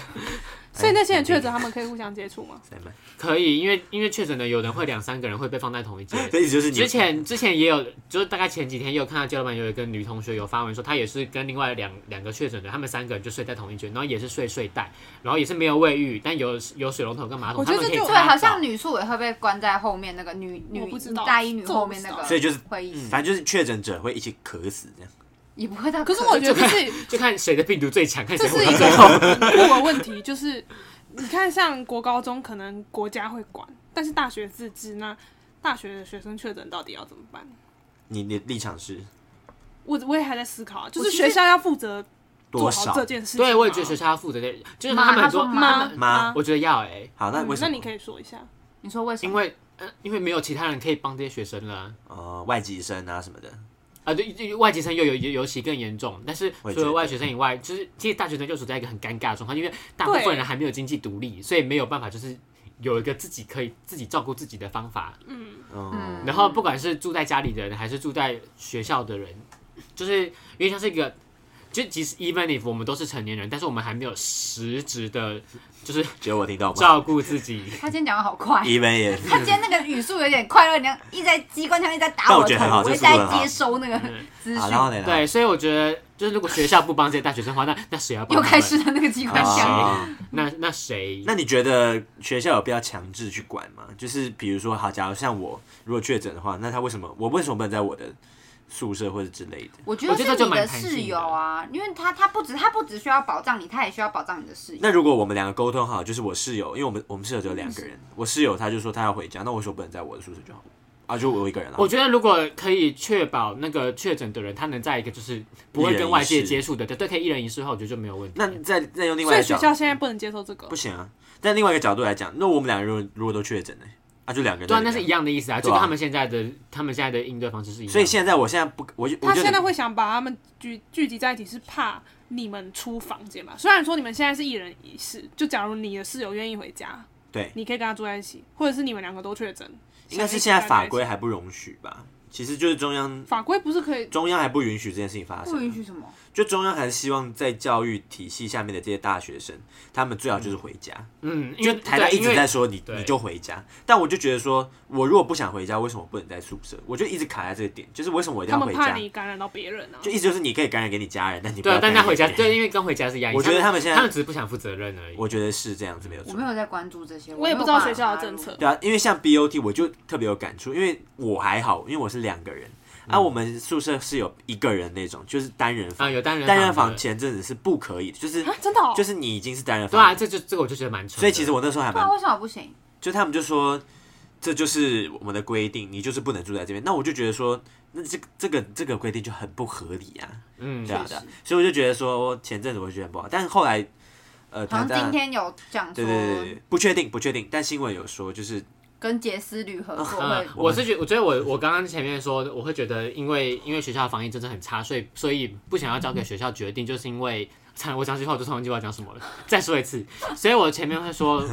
[SPEAKER 3] 所以那些人确诊，他们可以互相接触吗？
[SPEAKER 4] 塞满
[SPEAKER 2] 可以，因为因为确诊的有人会两三个人会被放在同一 间。
[SPEAKER 4] 所以就是你
[SPEAKER 2] 之前之前也有，就是大概前几天也有看到教老板有一个女同学有发文说，她也是跟另外两两个确诊的，他们三个人就睡在同一间，然后也是睡睡袋，然后也是没有卫浴，但有有水龙头跟马桶，
[SPEAKER 3] 我
[SPEAKER 2] 他
[SPEAKER 3] 觉得
[SPEAKER 2] 们可以
[SPEAKER 3] 这就
[SPEAKER 2] 擦
[SPEAKER 1] 对，
[SPEAKER 2] 澡
[SPEAKER 1] 好像女宿也会被关在后面那个女女
[SPEAKER 3] 我不知道
[SPEAKER 1] 大一女后面那
[SPEAKER 3] 这我不
[SPEAKER 1] 个，
[SPEAKER 3] 知道
[SPEAKER 4] 所以就是
[SPEAKER 1] 会议室
[SPEAKER 4] 反正就是嗯确诊者会一起渴死这样。
[SPEAKER 1] 也不会到。
[SPEAKER 3] 可是我觉得这是
[SPEAKER 2] 就看谁的病毒最强，看
[SPEAKER 3] 这
[SPEAKER 2] 谁
[SPEAKER 3] 是
[SPEAKER 2] 会
[SPEAKER 3] 一个 很酷的问题，就是你看，像国高中可能国家会管，但是大学自治，那大学的学生确诊到底要怎么办？
[SPEAKER 4] 你的立场是
[SPEAKER 3] 我我也还在思考啊，就
[SPEAKER 1] 我
[SPEAKER 3] 是
[SPEAKER 1] 其实
[SPEAKER 3] 学校要负责做
[SPEAKER 4] 多
[SPEAKER 3] 好
[SPEAKER 4] 少？
[SPEAKER 3] 这件事情吗。
[SPEAKER 2] 对，我也觉得学校要负责的，
[SPEAKER 3] 嗯
[SPEAKER 2] 就是他
[SPEAKER 1] 妈
[SPEAKER 2] 们很
[SPEAKER 1] 他说
[SPEAKER 2] 多，
[SPEAKER 1] 妈
[SPEAKER 3] 妈
[SPEAKER 4] 妈
[SPEAKER 2] 我觉得要哎、
[SPEAKER 4] 好，那
[SPEAKER 3] 嗯
[SPEAKER 4] 为什
[SPEAKER 3] 那
[SPEAKER 4] 么？
[SPEAKER 3] 你可以说一下，
[SPEAKER 1] 你说为什
[SPEAKER 2] 因
[SPEAKER 1] 么？
[SPEAKER 2] 为呃，因为没有其他人可以帮这些学生了啊。
[SPEAKER 4] 呃外籍生啊什么的，
[SPEAKER 2] 啊，对，对外籍生又有尤尤其更严重，但是
[SPEAKER 4] 我也
[SPEAKER 2] 除
[SPEAKER 4] 觉
[SPEAKER 2] 了
[SPEAKER 4] 得
[SPEAKER 2] 外学生以外，就是其实大学生就处在一个很尴尬的状况，因为大部
[SPEAKER 3] 对
[SPEAKER 2] 分人还没有经济独立，所以没有办法就是有一个自己可以自己照顾自己的方法。
[SPEAKER 4] 嗯，
[SPEAKER 2] 然后不管是住在家里的人，还是住在学校的人，就是因为像是一个，就即使 even if 我们都是成年人，但是我们还没有实质的，就是
[SPEAKER 4] 只有我听到吗
[SPEAKER 2] 照顾自己。
[SPEAKER 1] 他今天讲的好快，
[SPEAKER 4] ？Even 也
[SPEAKER 1] 他今天那个语速有点快乐，你看一直在机关枪一直在打
[SPEAKER 4] 但
[SPEAKER 1] 我
[SPEAKER 4] 我
[SPEAKER 1] 的
[SPEAKER 4] 觉得很好
[SPEAKER 1] 头，我一直
[SPEAKER 4] 这速度
[SPEAKER 1] 在
[SPEAKER 4] 很好
[SPEAKER 1] 接收那个资
[SPEAKER 4] 好，
[SPEAKER 1] 讯
[SPEAKER 4] 然，后呢？
[SPEAKER 2] 对，所以我觉得就是如果学校不帮这些大学生的话，那那谁要帮他
[SPEAKER 1] 又
[SPEAKER 2] 们？
[SPEAKER 1] 开始了那个机关枪。
[SPEAKER 4] 哦
[SPEAKER 2] 那那谁？
[SPEAKER 4] 那你觉得学校有必要强制去管吗？就是比如说，好，假如像我如果确诊的话，那他为什么我为什么不能在我的宿舍或者之类的？
[SPEAKER 1] 我觉得
[SPEAKER 2] 我觉
[SPEAKER 1] 是
[SPEAKER 2] 得这就
[SPEAKER 1] 你
[SPEAKER 2] 蛮
[SPEAKER 1] 的
[SPEAKER 2] 弹性的
[SPEAKER 1] 室友啊，因为他他不止他不只需要保障你，他也需要保障你的室友。
[SPEAKER 4] 那如果我们两个沟通好，就是我室友，因为我们我们室友只有两个人，我室友他就说他要回家，那我说不能在我的宿舍就好了啊，就我一个人了。
[SPEAKER 2] 我觉得如果可以确保那个确诊的人，他能在一个就是不会跟外界接触的，对对，可以一人一室的话，我觉得就没有问题。
[SPEAKER 4] 那再再用另
[SPEAKER 3] 所
[SPEAKER 4] 外一
[SPEAKER 3] 以
[SPEAKER 4] 个
[SPEAKER 3] 学
[SPEAKER 4] 角
[SPEAKER 3] 校现在不能接受这个
[SPEAKER 4] 不。行啊，但另外一个角度来讲，那我们两个如果如果都确诊呢？啊，就两个人
[SPEAKER 2] 对啊，
[SPEAKER 4] 在
[SPEAKER 2] 那
[SPEAKER 4] 里面
[SPEAKER 2] 是一样的意思啊，就
[SPEAKER 4] 对啊
[SPEAKER 2] 跟他们现在的他们现在的应对方式是一样的。
[SPEAKER 4] 所以现在我现在不，我就我
[SPEAKER 3] 他
[SPEAKER 4] 就
[SPEAKER 3] 现在会想把他们聚聚集在一起，是怕你们出房间嘛？虽然说你们现在是一人一室，就假如你的室友愿意回家，
[SPEAKER 4] 对，
[SPEAKER 3] 你可以跟他住在一起，或者是你们两个都确诊，
[SPEAKER 4] 应该是现
[SPEAKER 3] 想一
[SPEAKER 4] 在
[SPEAKER 3] 起待
[SPEAKER 4] 法
[SPEAKER 3] 一起
[SPEAKER 4] 规还不容许吧？其实就是中央
[SPEAKER 3] 法规不是可以
[SPEAKER 4] 中央还不允许这件事情发
[SPEAKER 1] 不允
[SPEAKER 4] 生，
[SPEAKER 1] 许什么？
[SPEAKER 4] 就中央还是希望在教育体系下面的这些大学生，他们最好就是回家。
[SPEAKER 2] 嗯，因
[SPEAKER 4] 就
[SPEAKER 2] 为
[SPEAKER 4] 台大
[SPEAKER 2] 对
[SPEAKER 4] 一直
[SPEAKER 2] 因为
[SPEAKER 4] 在说你
[SPEAKER 2] 对
[SPEAKER 4] 你就回家，但我就觉得说，我如果不想回家，为什么不能在宿舍？我就一直卡在这个点，就是为什么我一定
[SPEAKER 3] 他
[SPEAKER 4] 要
[SPEAKER 3] 们
[SPEAKER 4] 回
[SPEAKER 3] 怕
[SPEAKER 4] 家？
[SPEAKER 3] 你感染到别人啊
[SPEAKER 4] 就。意思就是你可以感染给你家人，但你不
[SPEAKER 2] 对啊
[SPEAKER 4] 要，
[SPEAKER 2] 但他回家，
[SPEAKER 4] 感染给别人
[SPEAKER 2] 对，因为跟回家是一样。
[SPEAKER 4] 我觉得
[SPEAKER 2] 他
[SPEAKER 4] 他们现在
[SPEAKER 2] 他们只是不想负责任而已。
[SPEAKER 4] 我觉得是这样子没有
[SPEAKER 1] 我
[SPEAKER 4] 错
[SPEAKER 1] 没。有在关注这些，
[SPEAKER 3] 我也
[SPEAKER 1] 没
[SPEAKER 3] 不
[SPEAKER 1] 有
[SPEAKER 3] 知道
[SPEAKER 1] 办法
[SPEAKER 3] 学校的
[SPEAKER 1] 插
[SPEAKER 3] 政
[SPEAKER 1] 入
[SPEAKER 3] 策。
[SPEAKER 4] 对啊，因为像 BOT 我就特别有感触，因为我还好，因为我是两个人，啊，我们宿舍是有一个人那种，就是单人
[SPEAKER 2] 嗯啊，
[SPEAKER 4] 房。
[SPEAKER 2] 有单人
[SPEAKER 4] 单人
[SPEAKER 2] 房
[SPEAKER 4] 房
[SPEAKER 2] 的，
[SPEAKER 4] 前阵子是不可以的，就是
[SPEAKER 3] 啊，真的、哦，
[SPEAKER 4] 就是你已经是单人
[SPEAKER 2] 对啊，
[SPEAKER 4] 房，
[SPEAKER 2] 这就这个我就觉得蛮蠢的。
[SPEAKER 4] 所以其实我那时候还
[SPEAKER 1] 对
[SPEAKER 4] 蛮
[SPEAKER 1] 啊，为什么不行？
[SPEAKER 4] 就他们就说这就是我们的规定，你就是不能住在这边。那我就觉得说，那这个这个这个规定就很不合理啊，
[SPEAKER 2] 嗯
[SPEAKER 4] 对，啊
[SPEAKER 1] 确实
[SPEAKER 4] 对啊。所以我就觉得说，前阵子我就觉得很不好，但是后来呃，
[SPEAKER 1] 好
[SPEAKER 4] 谈
[SPEAKER 1] 像今
[SPEAKER 4] 谈
[SPEAKER 1] 天有讲
[SPEAKER 4] 对
[SPEAKER 1] 说
[SPEAKER 4] 对对对，不确定不确定，但新闻有说就是
[SPEAKER 1] 跟杰斯旅合作
[SPEAKER 2] 嗯
[SPEAKER 1] 会，，
[SPEAKER 2] 我是觉，我觉得我我刚刚前面说，我会觉得，因为因为学校的防疫真的很差，所以所以不想要交给学校决定，就是因为，惨了，我讲这句话我就突然忘记我要讲什么了，再说一次，所以我前面会说，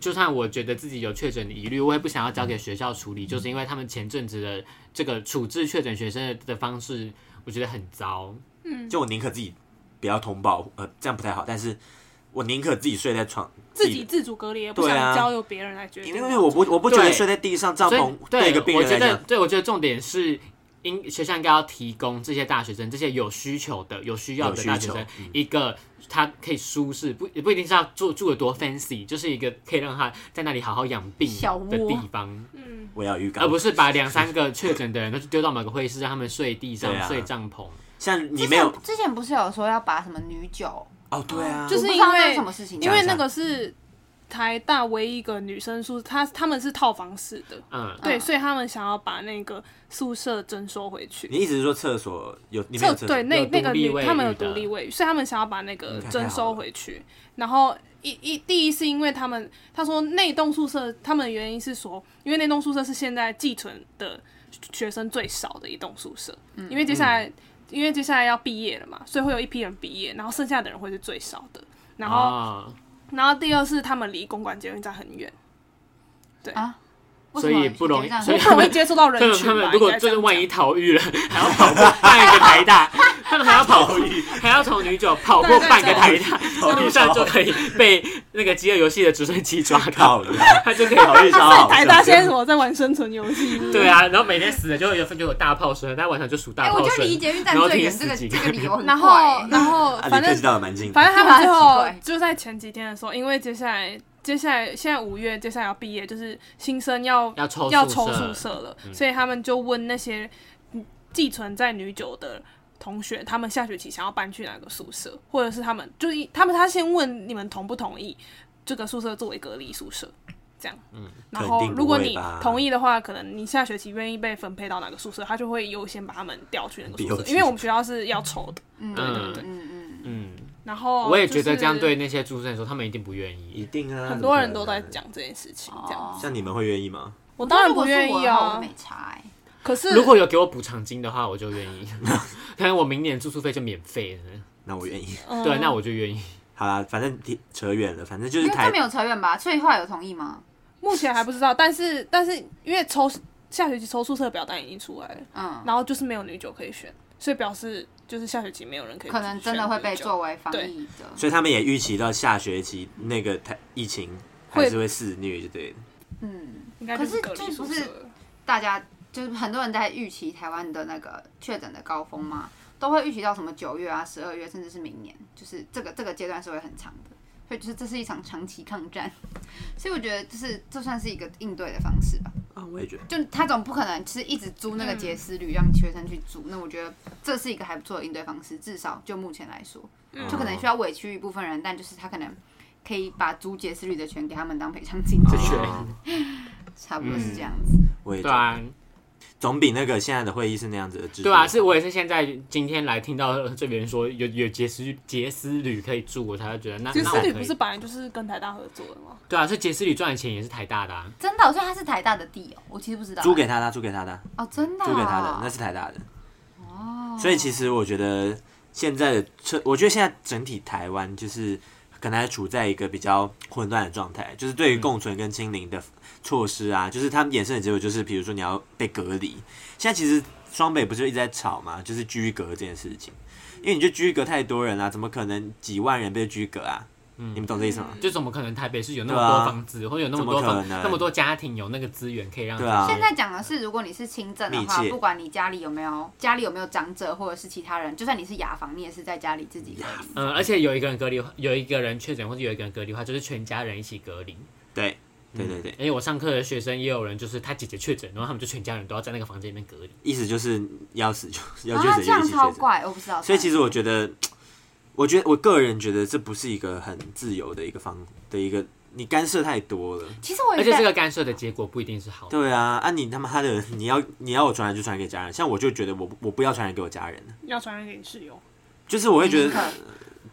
[SPEAKER 2] 就算我觉得自己有确诊的疑虑，我也不想要交给学校处理，就是因为他们前阵子的这个处置确诊学生的的方式，我觉得很糟，
[SPEAKER 4] 就我宁可自己不要通报，呃，这样不太好，但是我宁可自己睡在床
[SPEAKER 3] 自己。自主隔离，也不
[SPEAKER 4] 对啊
[SPEAKER 3] 想交由别人来决定。
[SPEAKER 4] 因为我不我不觉得
[SPEAKER 2] 对
[SPEAKER 4] 睡在地上帐
[SPEAKER 2] 所以
[SPEAKER 4] 篷
[SPEAKER 2] 对
[SPEAKER 4] 一个病
[SPEAKER 2] 我
[SPEAKER 4] 人
[SPEAKER 2] 觉
[SPEAKER 4] 来
[SPEAKER 2] 得
[SPEAKER 4] 讲，
[SPEAKER 2] 对我觉得重点是。应学校应该要提供这些大学生、这些有需求的、有需要
[SPEAKER 4] 有
[SPEAKER 2] 的
[SPEAKER 4] 需
[SPEAKER 2] 大学
[SPEAKER 4] 求嗯
[SPEAKER 2] 生一个他可以舒适，不也不一定是要住住的多 fancy，就是一个可以让他在那里好好养病
[SPEAKER 1] 小
[SPEAKER 2] 的
[SPEAKER 1] 窝
[SPEAKER 2] 地方，
[SPEAKER 3] 嗯
[SPEAKER 4] 我要预告
[SPEAKER 2] 而，啊不是把两三个确诊的人都丢到某个会议室，让他们睡地上、
[SPEAKER 4] 对啊
[SPEAKER 2] 睡帐篷。
[SPEAKER 4] 像你
[SPEAKER 1] 之
[SPEAKER 4] 没有
[SPEAKER 1] 前之前不是有说要把什么女酒
[SPEAKER 4] 哦，对啊，
[SPEAKER 3] 就是
[SPEAKER 1] 我不知
[SPEAKER 3] 因
[SPEAKER 1] 道那
[SPEAKER 3] 为
[SPEAKER 1] 什么事情，
[SPEAKER 3] 因为那个是台大唯一一个女生宿，她他们是套房式的，
[SPEAKER 2] 嗯，
[SPEAKER 4] 啊
[SPEAKER 3] 对，
[SPEAKER 1] 嗯
[SPEAKER 3] 所以他们想要把那个宿舍征收回去
[SPEAKER 4] 你。意思是说厕所有里面有
[SPEAKER 3] 厕
[SPEAKER 4] 厕所
[SPEAKER 3] 对那
[SPEAKER 2] 有独
[SPEAKER 3] 那个
[SPEAKER 2] 立
[SPEAKER 3] 女
[SPEAKER 2] 卫
[SPEAKER 3] 他们
[SPEAKER 2] 浴
[SPEAKER 3] 有独
[SPEAKER 2] 的
[SPEAKER 3] 立卫浴，所以他们想要把那个
[SPEAKER 4] 嗯太
[SPEAKER 3] 征
[SPEAKER 4] 好
[SPEAKER 3] 收
[SPEAKER 4] 了
[SPEAKER 3] 回去。然后一一第一是因为他们他说那栋宿舍他们的原因是说，因为那栋宿舍是现在寄存的学生最少的一栋宿舍，
[SPEAKER 2] 嗯
[SPEAKER 3] 因为接下来、因为接下来要毕业了嘛，所以会有一批人毕业，然后剩下的人会是最少的。然后、
[SPEAKER 2] 哦，
[SPEAKER 3] 然后第二是他们离公馆捷运站很远，
[SPEAKER 1] 啊，为
[SPEAKER 2] 所
[SPEAKER 1] 什么
[SPEAKER 2] 以不容易
[SPEAKER 1] 这样
[SPEAKER 2] 所以
[SPEAKER 3] 不容易接触到人
[SPEAKER 2] 他们
[SPEAKER 3] 群
[SPEAKER 2] 他
[SPEAKER 3] 吧
[SPEAKER 2] 们如
[SPEAKER 3] 应
[SPEAKER 2] 果
[SPEAKER 3] 该
[SPEAKER 2] 就是
[SPEAKER 3] 这样
[SPEAKER 2] 万
[SPEAKER 3] 讲
[SPEAKER 2] 一逃狱了， 还要跑过半个台大，他们还要跑狱，还要从女九跑过半个台大，路上就可以被那个饥饿游戏的直升机抓到
[SPEAKER 4] 靠
[SPEAKER 2] 了，
[SPEAKER 4] 腰
[SPEAKER 2] 他就可以
[SPEAKER 4] 考虑超 好笑，
[SPEAKER 3] 台大现在什么在玩生存游戏？
[SPEAKER 2] 对啊，然后每天死了就会有就有大炮声，但晚上就数
[SPEAKER 1] 哎、
[SPEAKER 2] 大
[SPEAKER 1] 我
[SPEAKER 2] 炮
[SPEAKER 1] 觉得
[SPEAKER 2] 声。
[SPEAKER 1] 离捷运站
[SPEAKER 2] 然后
[SPEAKER 1] 最
[SPEAKER 2] 听
[SPEAKER 1] 远这个
[SPEAKER 2] 十几
[SPEAKER 1] 这个理由很
[SPEAKER 3] 然
[SPEAKER 1] 怪
[SPEAKER 3] 后
[SPEAKER 1] 欸，
[SPEAKER 3] 然后
[SPEAKER 4] 啊，
[SPEAKER 3] 反
[SPEAKER 4] 离科
[SPEAKER 3] 正
[SPEAKER 4] 技大楼蛮近的，
[SPEAKER 3] 反 正他们最
[SPEAKER 1] 很奇
[SPEAKER 3] 后
[SPEAKER 1] 怪
[SPEAKER 3] 就在前几天的时候，因为接下来接下来现在五月，接下来要毕业，就是新生要
[SPEAKER 2] 要抽
[SPEAKER 3] 要
[SPEAKER 2] 宿
[SPEAKER 3] 抽
[SPEAKER 2] 舍嗯
[SPEAKER 3] 宿舍了，所以他们就问那些嗯寄存在女九的。同学，他们下学期想要搬去哪个宿舍，或者是他们就是一他们他先问你们同不同意这个宿舍作为隔离宿舍，这样。嗯。然
[SPEAKER 4] 肯
[SPEAKER 3] 后
[SPEAKER 4] 定不
[SPEAKER 3] 如果
[SPEAKER 4] 会
[SPEAKER 3] 你
[SPEAKER 4] 吧
[SPEAKER 3] 同意的话，可能你下学期愿意被分配到哪个宿舍，他就会优先把他们调去 那个宿
[SPEAKER 4] 优
[SPEAKER 3] 舍，
[SPEAKER 4] 先
[SPEAKER 3] 因为我们学校是要抽的。
[SPEAKER 1] 嗯
[SPEAKER 3] 对对
[SPEAKER 1] 嗯
[SPEAKER 3] 对。
[SPEAKER 1] 嗯嗯，
[SPEAKER 2] 嗯，
[SPEAKER 3] 然后
[SPEAKER 2] 我也
[SPEAKER 3] 就是
[SPEAKER 2] 觉得这样对那些住宿生来说，他们一定不愿意。
[SPEAKER 4] 一定啊，
[SPEAKER 2] 嗯
[SPEAKER 3] 很多人
[SPEAKER 4] 怎
[SPEAKER 3] 都
[SPEAKER 4] 么可
[SPEAKER 3] 在
[SPEAKER 4] 能，
[SPEAKER 3] 讲这件事情，这样
[SPEAKER 1] 哦
[SPEAKER 3] 子。
[SPEAKER 4] 像你们会愿意吗？
[SPEAKER 3] 我当然
[SPEAKER 1] 如
[SPEAKER 3] 不
[SPEAKER 1] 果是
[SPEAKER 3] 愿
[SPEAKER 1] 我
[SPEAKER 3] 意
[SPEAKER 1] 的话我
[SPEAKER 3] 啊，
[SPEAKER 1] 没差、欸。
[SPEAKER 3] 可是
[SPEAKER 2] 如果有给我补偿金的话，我就愿意。 可能我明年住宿费就免费了，
[SPEAKER 4] 那我愿意。
[SPEAKER 3] 嗯
[SPEAKER 2] 对，那我就愿意。
[SPEAKER 4] 好啦，反正提扯远了，反正就
[SPEAKER 1] 因
[SPEAKER 4] 是
[SPEAKER 1] 为他
[SPEAKER 4] 台
[SPEAKER 1] 没有扯远吧，所以后来有同意吗？
[SPEAKER 3] 目前还不知道，但是但是因为抽下学期抽宿舍表单已经出来了，
[SPEAKER 1] 嗯，
[SPEAKER 3] 然后就是没有女九可以选，所以表示就是下学期没有人可以
[SPEAKER 1] 可能真的会被
[SPEAKER 3] 选女九
[SPEAKER 1] 作为防
[SPEAKER 3] 对
[SPEAKER 1] 疫的。
[SPEAKER 4] 所以他们也预期到下学期那个台疫情还是会肆虐，就对了。
[SPEAKER 1] 嗯，
[SPEAKER 3] 应该
[SPEAKER 1] 可
[SPEAKER 3] 就是隔离
[SPEAKER 1] 这
[SPEAKER 3] 宿
[SPEAKER 1] 不
[SPEAKER 3] 舍
[SPEAKER 1] 是
[SPEAKER 3] 了。
[SPEAKER 1] 大家就是很多人在预期台湾的那个确诊的高峰嘛，都会预期到什么九月啊、十二月，甚至是明年，就是这个这个阶段是会很长的。所以就是这是一场长期抗战， 所以我觉得就是这算是一个应对的方式吧。
[SPEAKER 4] 啊，我也觉得。
[SPEAKER 1] 就他总不可能是一直租那个杰斯旅让学生去租，那我觉得这是一个还不错的应对方式，至少就目前来说，
[SPEAKER 4] 嗯
[SPEAKER 1] 嗯就可能需要委屈一部分人，但就是他可能可以把租杰斯旅的钱给他们当赔偿金之 类的，
[SPEAKER 4] 哦
[SPEAKER 1] 差不多是这样子。
[SPEAKER 4] 我也觉
[SPEAKER 2] 对
[SPEAKER 4] 得
[SPEAKER 2] 啊，
[SPEAKER 4] 总比那个现在的会议是那样子的制度。
[SPEAKER 2] 对啊，是我也是现在今天来听到呃这边说有有杰斯杰斯旅可以住，我才会觉得那
[SPEAKER 3] 其实
[SPEAKER 2] 那
[SPEAKER 3] 私
[SPEAKER 2] 我可
[SPEAKER 3] 旅不是
[SPEAKER 2] 以。
[SPEAKER 3] 本来就是跟台大合作的吗？
[SPEAKER 2] 对啊，所以杰斯旅赚的钱也是台大的、啊，
[SPEAKER 1] 真的哦，所以他是台大的地哦，我其实不知道。
[SPEAKER 4] 租给他的，租给他的，
[SPEAKER 1] 哦，真的、哦，
[SPEAKER 4] 租给他的，那是台大的。所以其实我觉得现在的这，我觉得现在整体台湾就是可能还处在一个比较混乱的状态，就是对于共存跟清零的措施啊，就是他们衍生的结果就是，比如说你要被隔离。现在其实双北不是一直在吵嘛，就是居隔这件事情，因为你就居隔太多人啊啦、怎么可能几万人被居隔啊？你们懂这意思吗？
[SPEAKER 1] 嗯
[SPEAKER 2] 就怎么可能台北市有那
[SPEAKER 4] 对
[SPEAKER 2] 么
[SPEAKER 4] 啊
[SPEAKER 2] 多房子，或者有那么多
[SPEAKER 4] 怎么可
[SPEAKER 2] 房
[SPEAKER 4] 能
[SPEAKER 2] 那么多家庭有那个资源可以让
[SPEAKER 4] 对啊
[SPEAKER 2] 这些
[SPEAKER 1] 现在讲的是，如果你是轻症的话
[SPEAKER 4] 密，切
[SPEAKER 1] 不管你家里有没有家里有没有长者或者是其他人，就算你是雅房，你也是在家里自己啊隔离。
[SPEAKER 2] 嗯，而且有一个人隔离，有一个人确诊或者有一个人隔离的话，就是全家人一起隔离。嗯
[SPEAKER 4] 对，对对对，
[SPEAKER 2] 而且我上课的学生也有人，就是他姐姐确诊，然后他们就全家人都要在那个房间里面隔离。
[SPEAKER 4] 意思就是要死就要
[SPEAKER 1] 啊，
[SPEAKER 4] 确诊
[SPEAKER 1] 这
[SPEAKER 4] 就一
[SPEAKER 1] 样
[SPEAKER 4] 起
[SPEAKER 1] 超
[SPEAKER 4] 确诊。
[SPEAKER 1] 怪，我不知道。
[SPEAKER 4] 所以其实我觉得，我觉得我个人觉得这不是一个很自由的一个方的一个，你干涉太多了。
[SPEAKER 1] 其实我
[SPEAKER 2] 而
[SPEAKER 1] 也
[SPEAKER 2] 且这
[SPEAKER 1] 在
[SPEAKER 2] 个干涉的结果不一定是好的。
[SPEAKER 4] 对啊，啊你他妈的，你要你要我传染就传染给家人，像我就觉得我不我不要传染给我家人，
[SPEAKER 3] 要传染给你室友，
[SPEAKER 4] 就是我会觉
[SPEAKER 1] 宁可
[SPEAKER 4] 得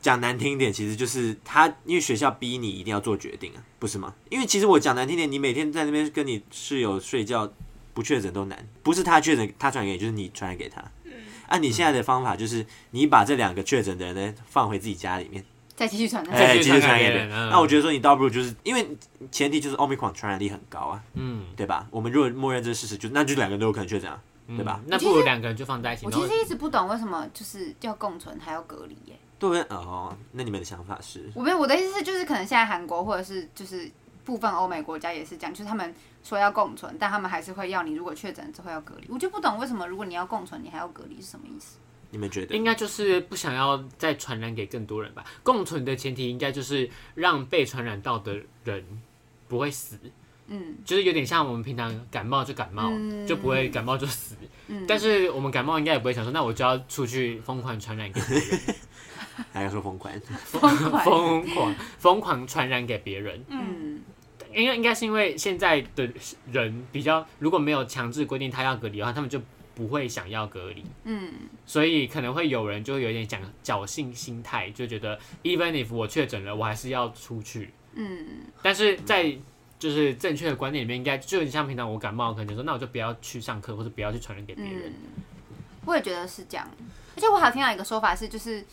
[SPEAKER 4] 讲难听点，其实就是他因为学校逼你一定要做决定啊，不是吗？因为其实我讲难听点，你每天在那边跟你室友睡觉不确诊都难，不是他确诊他传染给你，就是你传染给他。
[SPEAKER 1] 嗯
[SPEAKER 4] 按、你现在的方法就是，你把这两个确诊的人呢放回自己家里面，
[SPEAKER 1] 再继续传染。
[SPEAKER 2] 哎
[SPEAKER 4] 继续传
[SPEAKER 2] 传
[SPEAKER 4] 给
[SPEAKER 2] 给
[SPEAKER 4] 人。
[SPEAKER 2] 人嗯
[SPEAKER 4] 那我觉得说你倒不如就是因为前提就是 Omicron 传染力很高啊，
[SPEAKER 2] 嗯，
[SPEAKER 4] 对吧？我们如果默认这个事实，就那就两个人都有可能确诊啊，对吧？
[SPEAKER 2] 嗯那不如两个人就放在一起。
[SPEAKER 1] 我
[SPEAKER 2] 然
[SPEAKER 1] 其
[SPEAKER 2] 后
[SPEAKER 1] 实一直不懂为什么就是要共存还要隔离耶、
[SPEAKER 4] 对哦，那你们的想法是？
[SPEAKER 1] 我没有我的意思是，就是可能现在韩国或者是就是部分欧美国家也是这样，就是他们说要共存，但他们还是会要你如果确诊之后要隔离。我就不懂为什么如果你要共存，你还要隔离是什么意思？
[SPEAKER 4] 你们觉得
[SPEAKER 2] 应？该就是不想要再传染给更多人吧。共存的前提应该就是让被传染到的人不会死，
[SPEAKER 1] 嗯，
[SPEAKER 2] 就是有点像我们平常感冒就感冒，
[SPEAKER 1] 嗯
[SPEAKER 2] 就不会感冒就死。
[SPEAKER 1] 嗯
[SPEAKER 2] 但是我们感冒应该也不会想说，那我就要出去疯狂传染给别人。
[SPEAKER 4] 还要说疯狂，
[SPEAKER 1] 疯狂，
[SPEAKER 2] 疯狂疯狂传染给别人。
[SPEAKER 1] 嗯，
[SPEAKER 2] 因为应该是因为现在的人比较，如果没有强制规定他要隔离的话，他们就不会想要隔离。
[SPEAKER 1] 嗯，
[SPEAKER 2] 所以可能会有人就会有点讲侥幸心态，就觉得 even if 我确诊了，我还是要出去。
[SPEAKER 1] 嗯，
[SPEAKER 2] 但是在就是正确的观念里面，应该就很像平常我感冒，可能就说那我就不要去上课，或者不要去传染给别人。
[SPEAKER 1] 我也觉得是这样。而且我还有听到一个说法是，就是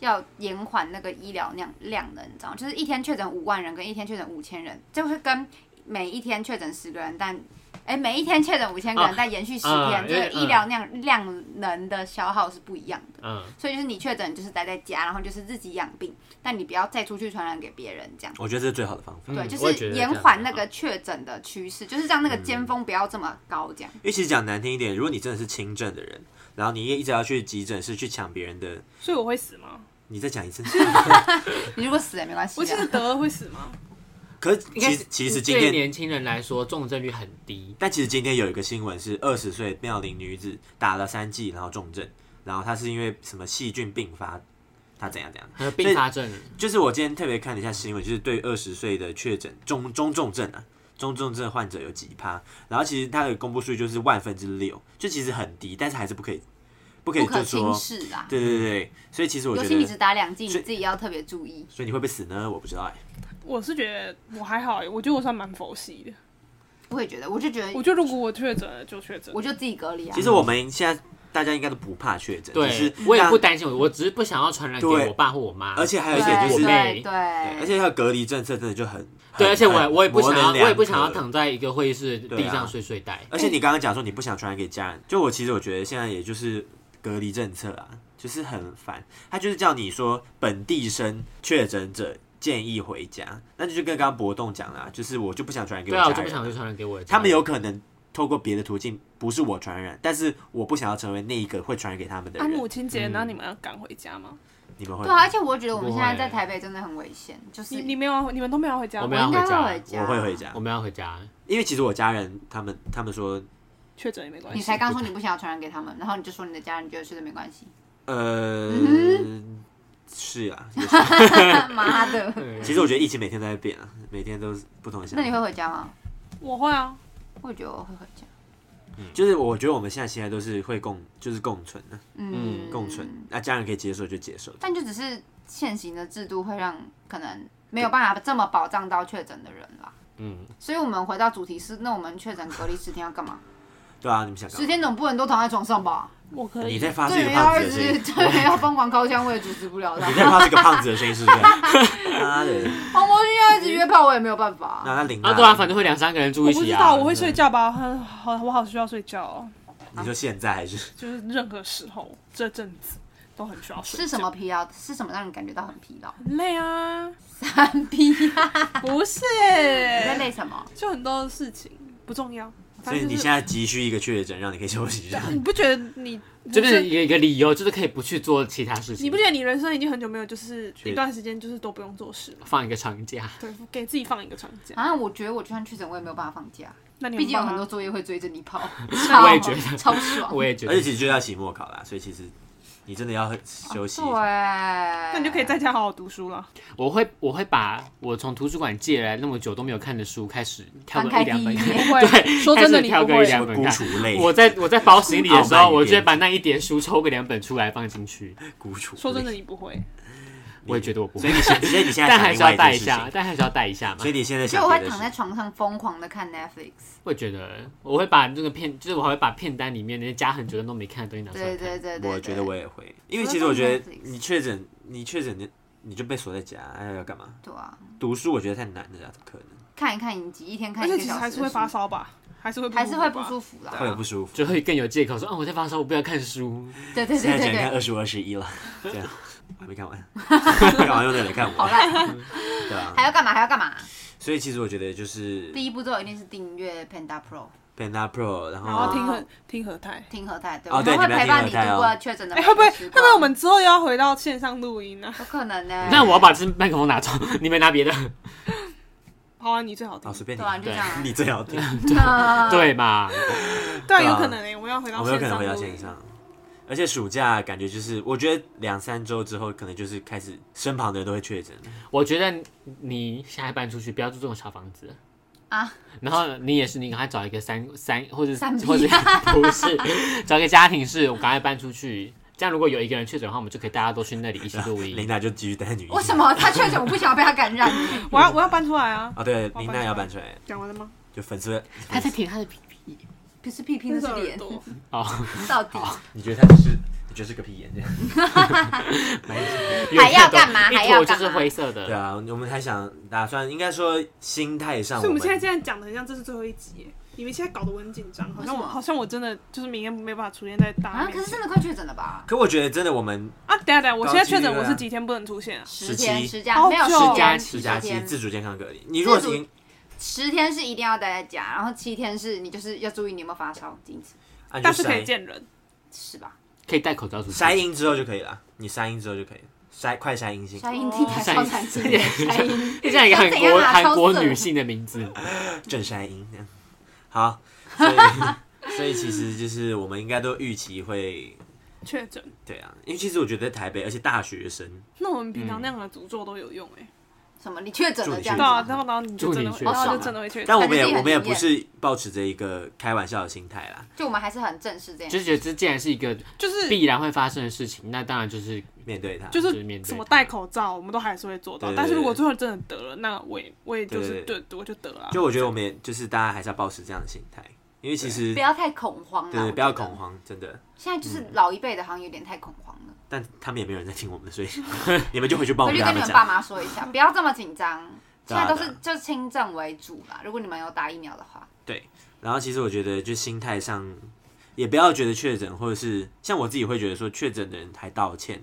[SPEAKER 1] 要延缓那个医疗量量的，你知道吗？就是一天确诊五万人跟一天确诊五千人，就是跟每一天确诊十个人，但哎、每一天确诊五千个人，
[SPEAKER 2] 啊
[SPEAKER 1] 但延续十
[SPEAKER 2] 啊
[SPEAKER 1] 天，这个
[SPEAKER 2] 因为
[SPEAKER 1] 医疗量、量能的消耗是不一样的。
[SPEAKER 2] 嗯，
[SPEAKER 1] 所以就是你确诊就是待在家，然后就是自己养病，但你不要再出去传染给别人，这样。
[SPEAKER 4] 我觉得这是最好的方法。
[SPEAKER 1] 对，
[SPEAKER 2] 嗯
[SPEAKER 1] 就
[SPEAKER 2] 我也觉
[SPEAKER 1] 是
[SPEAKER 2] 得
[SPEAKER 1] 延
[SPEAKER 2] 这样
[SPEAKER 1] 缓
[SPEAKER 2] 很
[SPEAKER 1] 那个
[SPEAKER 2] 好
[SPEAKER 1] 确诊的趋势，就是让那个尖峰不要这么高，这样。
[SPEAKER 4] 因为其实讲难听一点，如果你真的是轻症的人，然后你也一直要去急诊室去抢别人的，
[SPEAKER 3] 所以我会死吗？
[SPEAKER 4] 你再讲一次。
[SPEAKER 1] 你如果死了也没关系
[SPEAKER 3] 我其
[SPEAKER 1] 啊，
[SPEAKER 3] 实得了会死吗？
[SPEAKER 4] 可是
[SPEAKER 2] 应该
[SPEAKER 4] 其
[SPEAKER 2] 是
[SPEAKER 4] 实其实
[SPEAKER 1] 嗯
[SPEAKER 4] 今
[SPEAKER 2] 对
[SPEAKER 4] 天，
[SPEAKER 2] 年轻人来说，重症率很低。
[SPEAKER 4] 但其实今天有一个新闻是二十岁妙龄女子打了三剂，然后重症，然后她是因为什么细菌并发，她怎样怎样。
[SPEAKER 2] 还有并发症，
[SPEAKER 4] 就是我今天特别看了一下新闻，就是对二十岁的确诊中中重症啊，中重症患者有几趴，然后其实它的公布数据就是万分之六，就其实很低，但是还是不可以，不可以
[SPEAKER 1] 不可
[SPEAKER 4] 就
[SPEAKER 1] 轻
[SPEAKER 4] 说，
[SPEAKER 1] 视啦。
[SPEAKER 4] 对对对对，所以其实我
[SPEAKER 1] 尤
[SPEAKER 4] 觉
[SPEAKER 1] 其你
[SPEAKER 4] 得，
[SPEAKER 1] 只打两剂，你
[SPEAKER 4] 所以
[SPEAKER 1] 自己要特别注意。
[SPEAKER 4] 所以你会不会死呢？我不知道哎、
[SPEAKER 1] 嗯
[SPEAKER 3] 我是觉得我还好欸，我觉得我算蛮佛系的。
[SPEAKER 1] 我也觉得，我就觉得，
[SPEAKER 3] 我觉得如果我确诊了就确诊了，
[SPEAKER 1] 我就自己隔离啊。
[SPEAKER 4] 其实我们现在大家应该都不怕确诊，只
[SPEAKER 2] 对
[SPEAKER 4] 是
[SPEAKER 2] 我也
[SPEAKER 4] 大
[SPEAKER 2] 不担心我，我只是不想要传染给
[SPEAKER 4] 对
[SPEAKER 2] 我爸或我妈。
[SPEAKER 4] 而且还
[SPEAKER 1] 对
[SPEAKER 4] 有一点就是
[SPEAKER 2] 我妹
[SPEAKER 1] 对对，
[SPEAKER 2] 妹
[SPEAKER 4] 对而且它的隔离政策真的就很
[SPEAKER 2] 对，
[SPEAKER 4] 很
[SPEAKER 2] 而且我也
[SPEAKER 4] 很
[SPEAKER 2] 我也不想要，
[SPEAKER 4] 模棱两
[SPEAKER 2] 我也不想要
[SPEAKER 4] 可
[SPEAKER 2] 躺在一个会议室地
[SPEAKER 4] 对啊
[SPEAKER 2] 上睡睡袋。
[SPEAKER 4] 而且你刚刚讲说你不想传染给家人，就我其实我觉得现在也就是隔离政策啊，就是很烦。他就是叫你说本地生确诊者建议回家，那就跟刚刚博栋讲啦、啊就是我就不想传染给
[SPEAKER 2] 对
[SPEAKER 4] 我
[SPEAKER 2] 啊，
[SPEAKER 4] 家
[SPEAKER 2] 我就
[SPEAKER 4] 人，
[SPEAKER 2] 不想去传染给我的家人。
[SPEAKER 4] 他们有可能透过别的途径，不是我传染，但是我不想要成为那一个会传染给他们的
[SPEAKER 3] 啊，
[SPEAKER 4] 人。
[SPEAKER 3] 母亲节，
[SPEAKER 2] 嗯
[SPEAKER 3] 那你们要赶回家吗？
[SPEAKER 4] 你们会
[SPEAKER 1] 对
[SPEAKER 4] 吗？
[SPEAKER 1] 啊，而且我觉得我们
[SPEAKER 2] 不
[SPEAKER 1] 现
[SPEAKER 2] 会
[SPEAKER 1] 在在台北真的很危险，就是
[SPEAKER 3] 你你没有要，你们都没有要回家吗？
[SPEAKER 2] 我没
[SPEAKER 1] 我
[SPEAKER 2] 有要
[SPEAKER 1] 应该
[SPEAKER 2] 回家
[SPEAKER 1] 会回
[SPEAKER 3] 啊
[SPEAKER 1] 家，
[SPEAKER 4] 我会回。家
[SPEAKER 2] 我，们要回家，
[SPEAKER 4] 因为其实我家人他们他们说，
[SPEAKER 3] 确诊也没关
[SPEAKER 1] 你
[SPEAKER 3] 系。
[SPEAKER 1] 才刚说你不想要传染给他们，然后你就说你的家人觉得觉得没关 系，
[SPEAKER 4] 呃，
[SPEAKER 1] 嗯
[SPEAKER 4] 是啊，也是
[SPEAKER 1] 妈的！
[SPEAKER 4] 其实我觉得疫情每天都在变啊，每天都是不同的想法。
[SPEAKER 1] 那你会回家吗？
[SPEAKER 3] 我会啊，
[SPEAKER 1] 我也觉得我会回家。
[SPEAKER 4] 就是我觉得我们现在现在都是会共，就是共存的、
[SPEAKER 1] 嗯，
[SPEAKER 4] 共存。那、家人可以接受就接受。
[SPEAKER 1] 但就只是现行的制度会让可能没有办法这么保障到确诊的人啦。
[SPEAKER 2] 嗯，
[SPEAKER 1] 所以我们回到主题是，那我们确诊隔离十天要干嘛？
[SPEAKER 4] 对啊，你啊们想干
[SPEAKER 1] 十
[SPEAKER 4] 嘛？
[SPEAKER 1] 天总不能都躺在床上吧？
[SPEAKER 3] 我可
[SPEAKER 4] 你
[SPEAKER 3] 以。
[SPEAKER 4] 在发这
[SPEAKER 1] 对
[SPEAKER 4] 个
[SPEAKER 1] 于要
[SPEAKER 4] 胖
[SPEAKER 1] 一
[SPEAKER 4] 子的声
[SPEAKER 1] 直
[SPEAKER 4] 音，
[SPEAKER 1] 对于要疯狂靠枪，我也阻止不了他哦
[SPEAKER 4] 你。在发这个胖子的声音是 不是？妈的，
[SPEAKER 1] 黄魔君要一直约炮，我也没有办法啊、
[SPEAKER 4] 那他领
[SPEAKER 2] 啊，对啊，反正会两三个人住
[SPEAKER 3] 我
[SPEAKER 2] 一
[SPEAKER 3] 不
[SPEAKER 2] 起
[SPEAKER 3] 知
[SPEAKER 2] 啊。
[SPEAKER 3] 道，我会睡觉吧？很好，我好需要睡觉哦，
[SPEAKER 4] 你说现在还是
[SPEAKER 3] 就是任何时候这阵子都很需要睡觉。
[SPEAKER 1] 是什么？疲劳？是什么让你感觉到很疲劳？
[SPEAKER 3] 很累啊，
[SPEAKER 1] 很疲劳？
[SPEAKER 3] 不是，
[SPEAKER 1] 你啊在累什么？
[SPEAKER 3] 就很多事情不重要。
[SPEAKER 2] 啊
[SPEAKER 4] 所以你现
[SPEAKER 3] 在
[SPEAKER 4] 在急需一个确诊，让你可以休息一下。
[SPEAKER 3] 你不觉得你
[SPEAKER 2] 就是有一个理由，就是可以不去做其他事情。
[SPEAKER 3] 你不觉得你人生已经很久没有就是
[SPEAKER 4] 确
[SPEAKER 3] 一段时间就是都不用做事吗？
[SPEAKER 2] 放一个长假？
[SPEAKER 3] 对，给自己放一个长假。
[SPEAKER 1] 啊，我觉得我就算确诊，我也没有办法放假，
[SPEAKER 3] 那你
[SPEAKER 1] 毕竟有
[SPEAKER 3] 棒啊
[SPEAKER 1] 很多作业会追着你 跑，
[SPEAKER 2] 我也觉得
[SPEAKER 1] 超超爽。
[SPEAKER 2] 我也觉
[SPEAKER 4] 而且
[SPEAKER 2] 得，
[SPEAKER 4] 其实就要期末考啦，所以其实你真的要
[SPEAKER 2] 啊
[SPEAKER 4] 休息。
[SPEAKER 1] 对，那
[SPEAKER 3] 那你就可以在家好好读书 了。
[SPEAKER 2] 我会我会把我从图书馆借来那么久都没有看的书开始挑
[SPEAKER 1] 翻
[SPEAKER 2] 个
[SPEAKER 1] 开
[SPEAKER 2] 一
[SPEAKER 1] 第
[SPEAKER 2] 两本
[SPEAKER 1] 一
[SPEAKER 2] 看。
[SPEAKER 1] 页。
[SPEAKER 3] 不会，说真的，你
[SPEAKER 2] 挑
[SPEAKER 3] 不
[SPEAKER 2] 个一
[SPEAKER 3] 会。
[SPEAKER 2] 两
[SPEAKER 4] 什么
[SPEAKER 2] 本
[SPEAKER 4] 孤
[SPEAKER 2] 看
[SPEAKER 4] 雏类，
[SPEAKER 2] 我在我在包行李的时
[SPEAKER 4] 傲慢
[SPEAKER 2] 候，
[SPEAKER 4] 一点
[SPEAKER 2] 我就会把那一叠书抽个两本出来放进去。
[SPEAKER 4] 孤雏。
[SPEAKER 3] 说真的，，你不会。
[SPEAKER 2] 我也觉得我不
[SPEAKER 4] 所
[SPEAKER 2] 会
[SPEAKER 4] 以，你现，所以你现在
[SPEAKER 2] 但
[SPEAKER 4] 想
[SPEAKER 2] 还
[SPEAKER 4] 另
[SPEAKER 2] 是
[SPEAKER 4] 外
[SPEAKER 2] 要
[SPEAKER 4] 一
[SPEAKER 2] 带
[SPEAKER 4] 件
[SPEAKER 2] 一
[SPEAKER 4] 事
[SPEAKER 2] 下
[SPEAKER 4] 情，，
[SPEAKER 2] 但还是要带一下嘛
[SPEAKER 4] 所以。你现 在
[SPEAKER 1] 就
[SPEAKER 4] 想
[SPEAKER 1] 我
[SPEAKER 4] 别
[SPEAKER 1] 会
[SPEAKER 4] 的
[SPEAKER 1] 躺
[SPEAKER 4] 事
[SPEAKER 1] 在。床上疯狂的看 Netflix。
[SPEAKER 2] 我觉得我会把那个片，就是我还会把片单里面那些加很久的都没看的东西拿出来
[SPEAKER 1] 对
[SPEAKER 2] 看。
[SPEAKER 1] 对对对对，
[SPEAKER 4] 我觉得我也会，因为
[SPEAKER 1] 除了
[SPEAKER 4] 其实我
[SPEAKER 1] 看
[SPEAKER 4] 觉得
[SPEAKER 1] Netflix
[SPEAKER 4] 你确诊，你确诊的你就被锁在家，哎要干嘛？
[SPEAKER 1] 对啊，
[SPEAKER 4] 读书我觉得太难了啊，怎么可能？
[SPEAKER 1] 看一看影集，一天看
[SPEAKER 3] 而
[SPEAKER 1] 一
[SPEAKER 3] 且
[SPEAKER 1] 个
[SPEAKER 3] 其实
[SPEAKER 1] 小时，
[SPEAKER 3] 还是会发，烧吧，还是会
[SPEAKER 1] 还是会不
[SPEAKER 3] 服吧。
[SPEAKER 1] 舒服啊啦。
[SPEAKER 4] 会很不舒服。
[SPEAKER 2] 就会更有借口说，哦，我在发烧，我不要看书。
[SPEAKER 1] 对 对
[SPEAKER 4] 现
[SPEAKER 1] 对
[SPEAKER 4] 在只
[SPEAKER 1] 对
[SPEAKER 4] 能看
[SPEAKER 1] 对，
[SPEAKER 4] 二十五、二 十一了，这样我还没看完，干嘛用那来看
[SPEAKER 1] 好
[SPEAKER 4] 我？
[SPEAKER 1] 烂，
[SPEAKER 4] 对啊，
[SPEAKER 1] 还要干嘛？还要干嘛？
[SPEAKER 4] 所以其实我觉得就是
[SPEAKER 1] 第一步骤一定是订阅 Panda Pro，
[SPEAKER 4] Panda Pro，然
[SPEAKER 3] 然后
[SPEAKER 4] 后
[SPEAKER 3] 听
[SPEAKER 1] 哦
[SPEAKER 3] 和听和泰。
[SPEAKER 1] 听和泰，对，我
[SPEAKER 4] 哦
[SPEAKER 1] 们
[SPEAKER 4] 对
[SPEAKER 1] 会
[SPEAKER 4] 你们要
[SPEAKER 1] 陪伴你
[SPEAKER 4] 听和泰
[SPEAKER 1] 度
[SPEAKER 4] 哦
[SPEAKER 1] 过确诊的
[SPEAKER 3] 哎，
[SPEAKER 1] 每个
[SPEAKER 3] 会不会
[SPEAKER 1] 时
[SPEAKER 3] 会不
[SPEAKER 1] 光。
[SPEAKER 3] 会我们之后又要回到线上录音呢？
[SPEAKER 1] 有可能呢？
[SPEAKER 2] 那我要把这麦克风拿走， 你们拿别的，
[SPEAKER 1] 嗯
[SPEAKER 3] 好啊，你最好
[SPEAKER 4] 哦
[SPEAKER 3] 听。
[SPEAKER 4] 随便
[SPEAKER 1] 对啊，就
[SPEAKER 4] 你，
[SPEAKER 1] 这样啊。
[SPEAKER 4] 你最好听。
[SPEAKER 1] 嗯
[SPEAKER 2] 对嘛？
[SPEAKER 3] 对啊，
[SPEAKER 4] 对啊
[SPEAKER 3] 有可能哎，我们要回
[SPEAKER 4] 啊
[SPEAKER 3] 到
[SPEAKER 4] 我们有
[SPEAKER 3] 线
[SPEAKER 4] 可能回到
[SPEAKER 3] 上录
[SPEAKER 4] 线
[SPEAKER 3] 音。
[SPEAKER 4] 上，而且暑假感觉就是，我觉得两三周之后，可能就是开始身旁的人都会确诊。
[SPEAKER 2] 我觉得你现在搬出去，不要住这种小房子
[SPEAKER 1] 啊。
[SPEAKER 2] 然后你也是，你赶快找一个三三或者
[SPEAKER 1] 三 B
[SPEAKER 2] 或者 不是，找一个家庭式，我赶快搬出去。这样如果有一个人确诊的话，我们就可以大家都去那里一起录 音。
[SPEAKER 4] 琳达就继续待女医。
[SPEAKER 1] 为什么他确诊？我不想要被他 感染。
[SPEAKER 3] 我要我要搬出来啊！
[SPEAKER 4] 啊，对，琳
[SPEAKER 1] 哦
[SPEAKER 4] 达也要搬出来，
[SPEAKER 3] 讲完了吗？
[SPEAKER 4] 就粉丝，
[SPEAKER 2] 他在舔他的屁屁。
[SPEAKER 1] 不是屁屁，那是脸。
[SPEAKER 3] 朵，
[SPEAKER 2] 哦，
[SPEAKER 1] 到底
[SPEAKER 4] 你觉得他就是，你觉得是个屁 眼这样？
[SPEAKER 1] 还要干嘛
[SPEAKER 2] 一坨
[SPEAKER 1] 还要干嘛
[SPEAKER 2] 就是灰色
[SPEAKER 4] 对
[SPEAKER 2] 的。
[SPEAKER 4] 啊，我们还想打算，应该说心态上，
[SPEAKER 3] 所以我
[SPEAKER 4] 我
[SPEAKER 3] 们现在
[SPEAKER 4] 们
[SPEAKER 3] 这样讲的很像这是最后一集耶，你们现在搞得我很紧张，好像
[SPEAKER 1] 为
[SPEAKER 3] 我
[SPEAKER 1] 什么
[SPEAKER 3] 好像我真的就是明天没办法出现在大家
[SPEAKER 1] 啊？
[SPEAKER 3] 面
[SPEAKER 1] 可是
[SPEAKER 3] 前
[SPEAKER 1] 真的快确诊了吧？
[SPEAKER 4] 可我觉得真的我们
[SPEAKER 3] 啊！等一下等一下，我现在
[SPEAKER 4] 高级
[SPEAKER 3] 确诊
[SPEAKER 4] 对啊
[SPEAKER 3] 我是几天不能出现啊？
[SPEAKER 1] 十天
[SPEAKER 4] 17
[SPEAKER 1] 十加
[SPEAKER 3] 好
[SPEAKER 1] 没有
[SPEAKER 3] 久哦
[SPEAKER 1] 十天
[SPEAKER 2] 十加七
[SPEAKER 4] 居家期
[SPEAKER 1] 天
[SPEAKER 4] 自主健康隔离，你如果
[SPEAKER 1] 自主
[SPEAKER 4] 行
[SPEAKER 1] 十天是一定要待在家，然后七天是你就是要注意你有没有发烧，仅此
[SPEAKER 4] 啊，你就
[SPEAKER 3] 但是可以
[SPEAKER 4] 筛
[SPEAKER 3] 见人，
[SPEAKER 1] 是吧？
[SPEAKER 2] 可以戴口罩出去。
[SPEAKER 4] 筛阴之后就可以了，你筛阴之后就可以了筛快筛阴性。
[SPEAKER 1] 沙鹰听起来超难听的，沙鹰
[SPEAKER 2] 这样一个 韩
[SPEAKER 1] 怎样
[SPEAKER 2] 国
[SPEAKER 1] 啊
[SPEAKER 2] 韩国
[SPEAKER 1] 超色
[SPEAKER 2] 女性的名字，
[SPEAKER 4] 正山音这样。好，所以所以其实就是我们应该都预期会，
[SPEAKER 3] 确诊。
[SPEAKER 4] 对啊，因为其实我觉得在台北，而且大学生，
[SPEAKER 3] 那我们平常那样的诅咒都有用哎、
[SPEAKER 1] 什么？你确诊了这样
[SPEAKER 4] 嗯
[SPEAKER 3] 对啊，
[SPEAKER 1] 子
[SPEAKER 3] 然
[SPEAKER 1] 吗？
[SPEAKER 3] 后然后你就真的会，
[SPEAKER 2] 祝你确诊
[SPEAKER 3] 然后就真的会确诊。
[SPEAKER 4] 啊但我们也
[SPEAKER 1] 感觉自己很
[SPEAKER 4] 我们也
[SPEAKER 1] 灵验
[SPEAKER 4] 不是抱持着一个开玩笑的心态啦，
[SPEAKER 1] 就我们还是很正视这件
[SPEAKER 2] 就
[SPEAKER 1] 事。
[SPEAKER 2] 是觉得这既然是一个
[SPEAKER 3] 就是
[SPEAKER 2] 必然会发生的事情，那当然就是
[SPEAKER 4] 面对它。
[SPEAKER 3] 就
[SPEAKER 2] 就是面
[SPEAKER 3] 是
[SPEAKER 2] 对
[SPEAKER 3] 什么戴口罩，我们都还是会做到。
[SPEAKER 4] 对对对
[SPEAKER 3] 但是如果最后真的得了，那我也我也就是
[SPEAKER 4] 对对
[SPEAKER 3] 对，我就得了啊。
[SPEAKER 4] 就我觉得我们也就是大家还是要抱持这样的心态，因为其实
[SPEAKER 1] 不要太恐慌啦，我觉
[SPEAKER 4] 对
[SPEAKER 1] 得
[SPEAKER 4] 不要恐。慌，真的。
[SPEAKER 1] 现在就是老一辈的，好像有点太恐慌了。
[SPEAKER 4] 但他们也没有人在听我们的，所以 你们就回去帮我
[SPEAKER 1] 回
[SPEAKER 4] 们
[SPEAKER 1] 去
[SPEAKER 4] 跟他
[SPEAKER 1] 跟你
[SPEAKER 4] 们
[SPEAKER 1] 们爸
[SPEAKER 4] 讲。
[SPEAKER 1] 妈说一下，不要这么紧张。现
[SPEAKER 4] 对啊
[SPEAKER 1] 在都是就是轻症为主啦，如果你们有打疫苗的话，
[SPEAKER 4] 然后其实我觉得就心态上也不要觉得确诊，或者是像我自己会觉得说确诊的人还道歉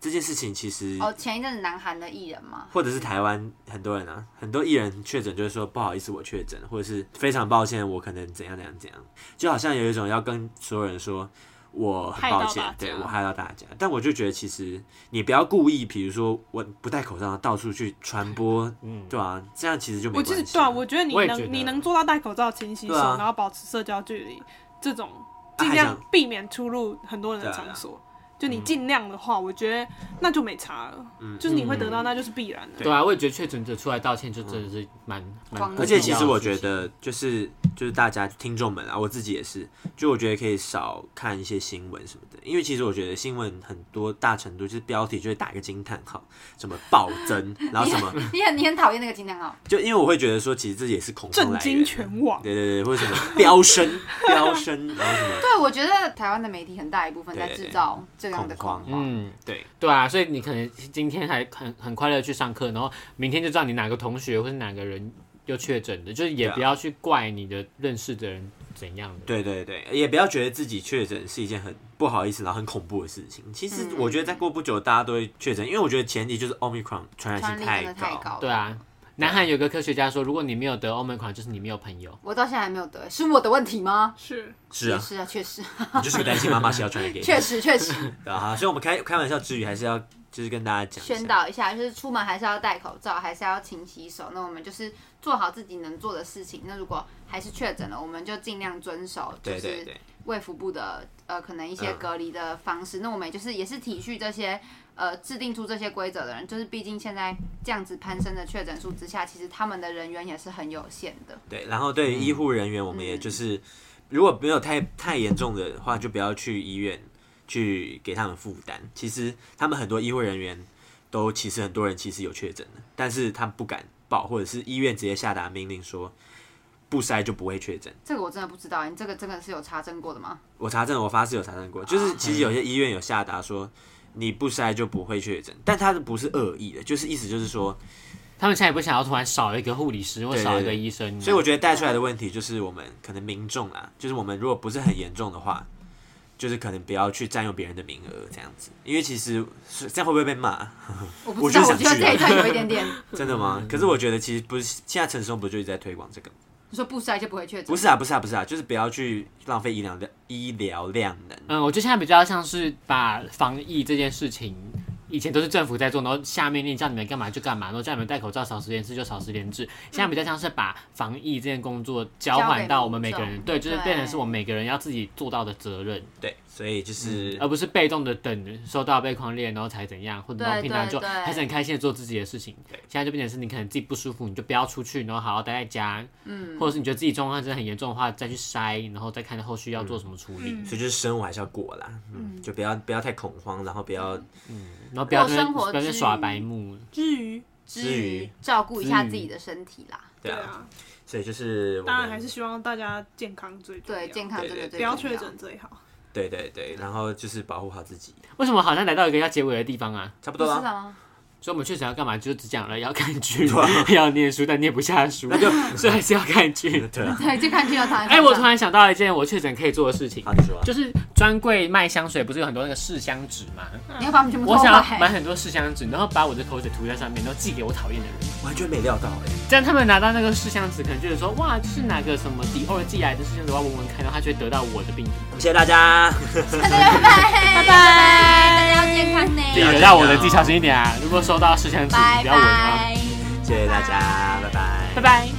[SPEAKER 4] 这件事情，其实
[SPEAKER 1] 哦，前一阵子南韩的艺人嘛，
[SPEAKER 4] 或者是台湾很多人啊，很多艺人确诊就是说不好意思我确诊，或者是非常抱歉我可能怎样怎样怎样，就好像有一种要跟所有人说我很抱歉
[SPEAKER 3] 害到大家，
[SPEAKER 4] 对我害到大家。但我就觉得其实你不要故意，比如说我不戴口罩到处去传播，对啊，这样其实就没
[SPEAKER 3] 我
[SPEAKER 4] 关
[SPEAKER 3] 就是
[SPEAKER 4] 系了。
[SPEAKER 3] 对啊，我觉得你
[SPEAKER 2] 我也
[SPEAKER 3] 能
[SPEAKER 2] 觉得
[SPEAKER 3] 你能做到戴口罩、勤洗手，
[SPEAKER 4] 对啊
[SPEAKER 3] 然后保持社交距离，这种
[SPEAKER 4] 啊
[SPEAKER 3] 尽
[SPEAKER 4] 还
[SPEAKER 3] 量
[SPEAKER 4] 想
[SPEAKER 3] 避免出入很多人的
[SPEAKER 4] 对啊嗯
[SPEAKER 3] 场所。就你尽量的话，我觉得那就没差了。就是你会得到，那就是必然的。
[SPEAKER 2] 对啊，我也觉得确诊者出来道歉，就真的是蛮蛮
[SPEAKER 1] 光
[SPEAKER 2] 不必要的
[SPEAKER 4] 而
[SPEAKER 2] 事情。
[SPEAKER 4] 且其实我觉得，就是就是大家听众们啊，我自己也是，就我觉得可以少看一些新闻什么的，因为其实我觉得新闻很多大程度就是标题就会打一个惊叹号，什么暴增，然后什么，
[SPEAKER 1] 你很你很讨厌那个金叹号，
[SPEAKER 4] 就因为我会觉得说，其实这也是恐慌
[SPEAKER 3] 震
[SPEAKER 4] 来
[SPEAKER 3] 惊
[SPEAKER 4] 源。
[SPEAKER 3] 全网，
[SPEAKER 4] 对对对，或者什么飙升、飙升，然后什 么，
[SPEAKER 1] 对，我觉得台湾的媒体很大一部分在制造这样的恐
[SPEAKER 4] 恐
[SPEAKER 1] 慌。
[SPEAKER 2] 嗯，
[SPEAKER 4] 对
[SPEAKER 2] 对啊，所以你可能今天还很很快乐去上课，然后明天就知道你哪个同学或是哪个人又确诊的，就是也
[SPEAKER 4] 对啊
[SPEAKER 2] 不要去怪你的认识的人怎样的。
[SPEAKER 4] 对对对，也不要觉得自己确诊是一件很不好意思，然后很恐怖的事情。其实我觉得再过不久大家都会确诊，因为我觉得前提就是 Omicron
[SPEAKER 1] 传
[SPEAKER 4] 传染
[SPEAKER 1] 染力
[SPEAKER 4] 性
[SPEAKER 1] 真
[SPEAKER 4] 太
[SPEAKER 1] 的太
[SPEAKER 4] 高。
[SPEAKER 1] 高了，
[SPEAKER 2] 对啊，南韩有个科学家说，如果你没有得 Omicron，就是你没有朋友。
[SPEAKER 1] 我到现在还没有得，是我的问题吗？
[SPEAKER 3] 是
[SPEAKER 4] 是啊，
[SPEAKER 1] 是啊，确实，
[SPEAKER 4] 你就是个担心妈妈是要传染给 你。
[SPEAKER 1] 确实，确实，
[SPEAKER 4] 对啊，所以我们开开玩笑之余，还是要就是跟大家讲一下
[SPEAKER 1] 宣。导一下，就是出门还是要戴口罩，还是要勤洗手。那我们就是做好自己能做的事情。那如果还是确诊了，我们就尽量遵守，就
[SPEAKER 4] 对对
[SPEAKER 1] 是
[SPEAKER 4] 对，
[SPEAKER 1] 卫福部的呃可能一些
[SPEAKER 4] 嗯
[SPEAKER 1] 隔离的方式。那我们也就是也是体恤这些呃制定出这些规则的人，就是毕竟现在这样子攀升的确诊数之下，其实他们的人员也是很有限的。
[SPEAKER 4] 对。然后对于医护人员，我们
[SPEAKER 1] 嗯
[SPEAKER 4] 也就是、如果没有太太严重的话，就不要去医院去给他们负担。其实他们很多医护人员都其实很多人其实有确诊的，但是他们不敢报，或者是医院直接下达命令说不筛就不会确诊。
[SPEAKER 1] 这个我真的不知道，你这个真的是有查证过的吗？
[SPEAKER 4] 我查证，我发誓有查证过，就是其实有些医院有下达说你不筛就不会确诊，但他不是恶意的，就是意思就是说
[SPEAKER 2] 他们现在也不想要突然少一个护理师或
[SPEAKER 4] 对对
[SPEAKER 2] 少一个
[SPEAKER 4] 对
[SPEAKER 2] 医生，
[SPEAKER 4] 所以我觉得带出来的问题就是，我们可能民众啦，就是我们如果不是很严重的话，就是可能不要去占用别人的名额这样子，因不是因为其实这样会不会被骂？
[SPEAKER 1] 我不知道，
[SPEAKER 4] 我
[SPEAKER 1] 我
[SPEAKER 4] 就
[SPEAKER 1] 觉得
[SPEAKER 4] 想去
[SPEAKER 1] 这
[SPEAKER 4] 啊
[SPEAKER 1] 一段有一点点，
[SPEAKER 4] 真的吗？可是我觉得其实不是，现在陈时中不就一直在推广这个？
[SPEAKER 1] 你说不筛就不会确诊
[SPEAKER 4] 不。是啊，不是啊，不是啊，就是不要去浪费医疗的医疗量能。
[SPEAKER 2] 嗯，我觉得现在比较像是把防疫这件事情，以前都是政府在做，然后下命令叫你们干嘛就干嘛，然后叫你们戴口罩少十连制就少十连制。现在比较像是把防疫这件工作交
[SPEAKER 1] 交
[SPEAKER 2] 还
[SPEAKER 1] 给
[SPEAKER 2] 到我们
[SPEAKER 1] 民
[SPEAKER 2] 每个
[SPEAKER 1] 众
[SPEAKER 2] 人，对，就是
[SPEAKER 1] 对
[SPEAKER 2] 变成是我们每个人要自己做到的责任。
[SPEAKER 4] 对，所以就是
[SPEAKER 2] 而不是被动的等收到被框列，然后才怎样，或者
[SPEAKER 1] 对
[SPEAKER 2] 然后平常
[SPEAKER 1] 对
[SPEAKER 2] 就
[SPEAKER 1] 对
[SPEAKER 2] 还是很开心的做自己的事情。现在就变成是你可能自己不舒服，你就不要出去，然后好好待在家，嗯，或者是你觉得自己状况真的很严重的话，再去筛，然后再看后续要做什么处理，
[SPEAKER 1] 嗯
[SPEAKER 4] 所以就是生活还是要过啦，嗯，就不要不要太恐慌，然后不要
[SPEAKER 2] 然后不要在那
[SPEAKER 1] 过生活
[SPEAKER 2] 不要在
[SPEAKER 1] 之余
[SPEAKER 2] 耍白目。
[SPEAKER 3] 至于，
[SPEAKER 1] 之余
[SPEAKER 4] 余
[SPEAKER 1] 照顾一下
[SPEAKER 2] 之余
[SPEAKER 1] 自己的身体啦，
[SPEAKER 4] 对啊，
[SPEAKER 3] 啊，
[SPEAKER 4] 所以就是我
[SPEAKER 3] 当然还
[SPEAKER 4] 们
[SPEAKER 3] 是希望大家健康最重要
[SPEAKER 1] 对健康真的
[SPEAKER 4] 对对
[SPEAKER 1] 最
[SPEAKER 3] 不要
[SPEAKER 1] 重
[SPEAKER 3] 确诊最好。
[SPEAKER 4] 对对对，然后就是保护好自己，
[SPEAKER 2] 为什么好像来到一个要结尾的地方啊？
[SPEAKER 4] 差不
[SPEAKER 1] 不
[SPEAKER 4] 多
[SPEAKER 1] 是
[SPEAKER 4] 啦，
[SPEAKER 1] 啊，
[SPEAKER 2] 所以我们确实要干嘛？就只讲了要看剧， 要念书，但念不下书， 所以还是要看剧。
[SPEAKER 4] 对啊，
[SPEAKER 1] 对，就看剧要躺在
[SPEAKER 2] 哎，我突
[SPEAKER 1] 床上
[SPEAKER 2] 然想到一件我确诊可以做的事情
[SPEAKER 4] 好，，你说啊，
[SPEAKER 2] 就是专柜卖香水，不是有很多那个试香纸吗？
[SPEAKER 1] 你要把我们全部
[SPEAKER 2] 我
[SPEAKER 1] 拖
[SPEAKER 2] 想要
[SPEAKER 1] 坏，
[SPEAKER 2] 买很多试香纸，然后把我的口水涂在上面，然后寄给我讨厌的人。
[SPEAKER 4] 我还觉得没料到哎，
[SPEAKER 2] 这样他们拿到那个试香纸，可能就是说，哇，这是哪个什么迪奥寄来的试香纸，我要闻闻看，然后他就会得到我的病毒，
[SPEAKER 4] 谢谢大家，
[SPEAKER 1] 拜拜，大家要健康呢，
[SPEAKER 2] 自己得到我啊的，自己小心一点啊！如果收到试香纸，
[SPEAKER 1] 哎拜
[SPEAKER 2] 不要闻啊！
[SPEAKER 1] 拜。
[SPEAKER 4] 谢谢大家，拜拜
[SPEAKER 2] 拜。拜。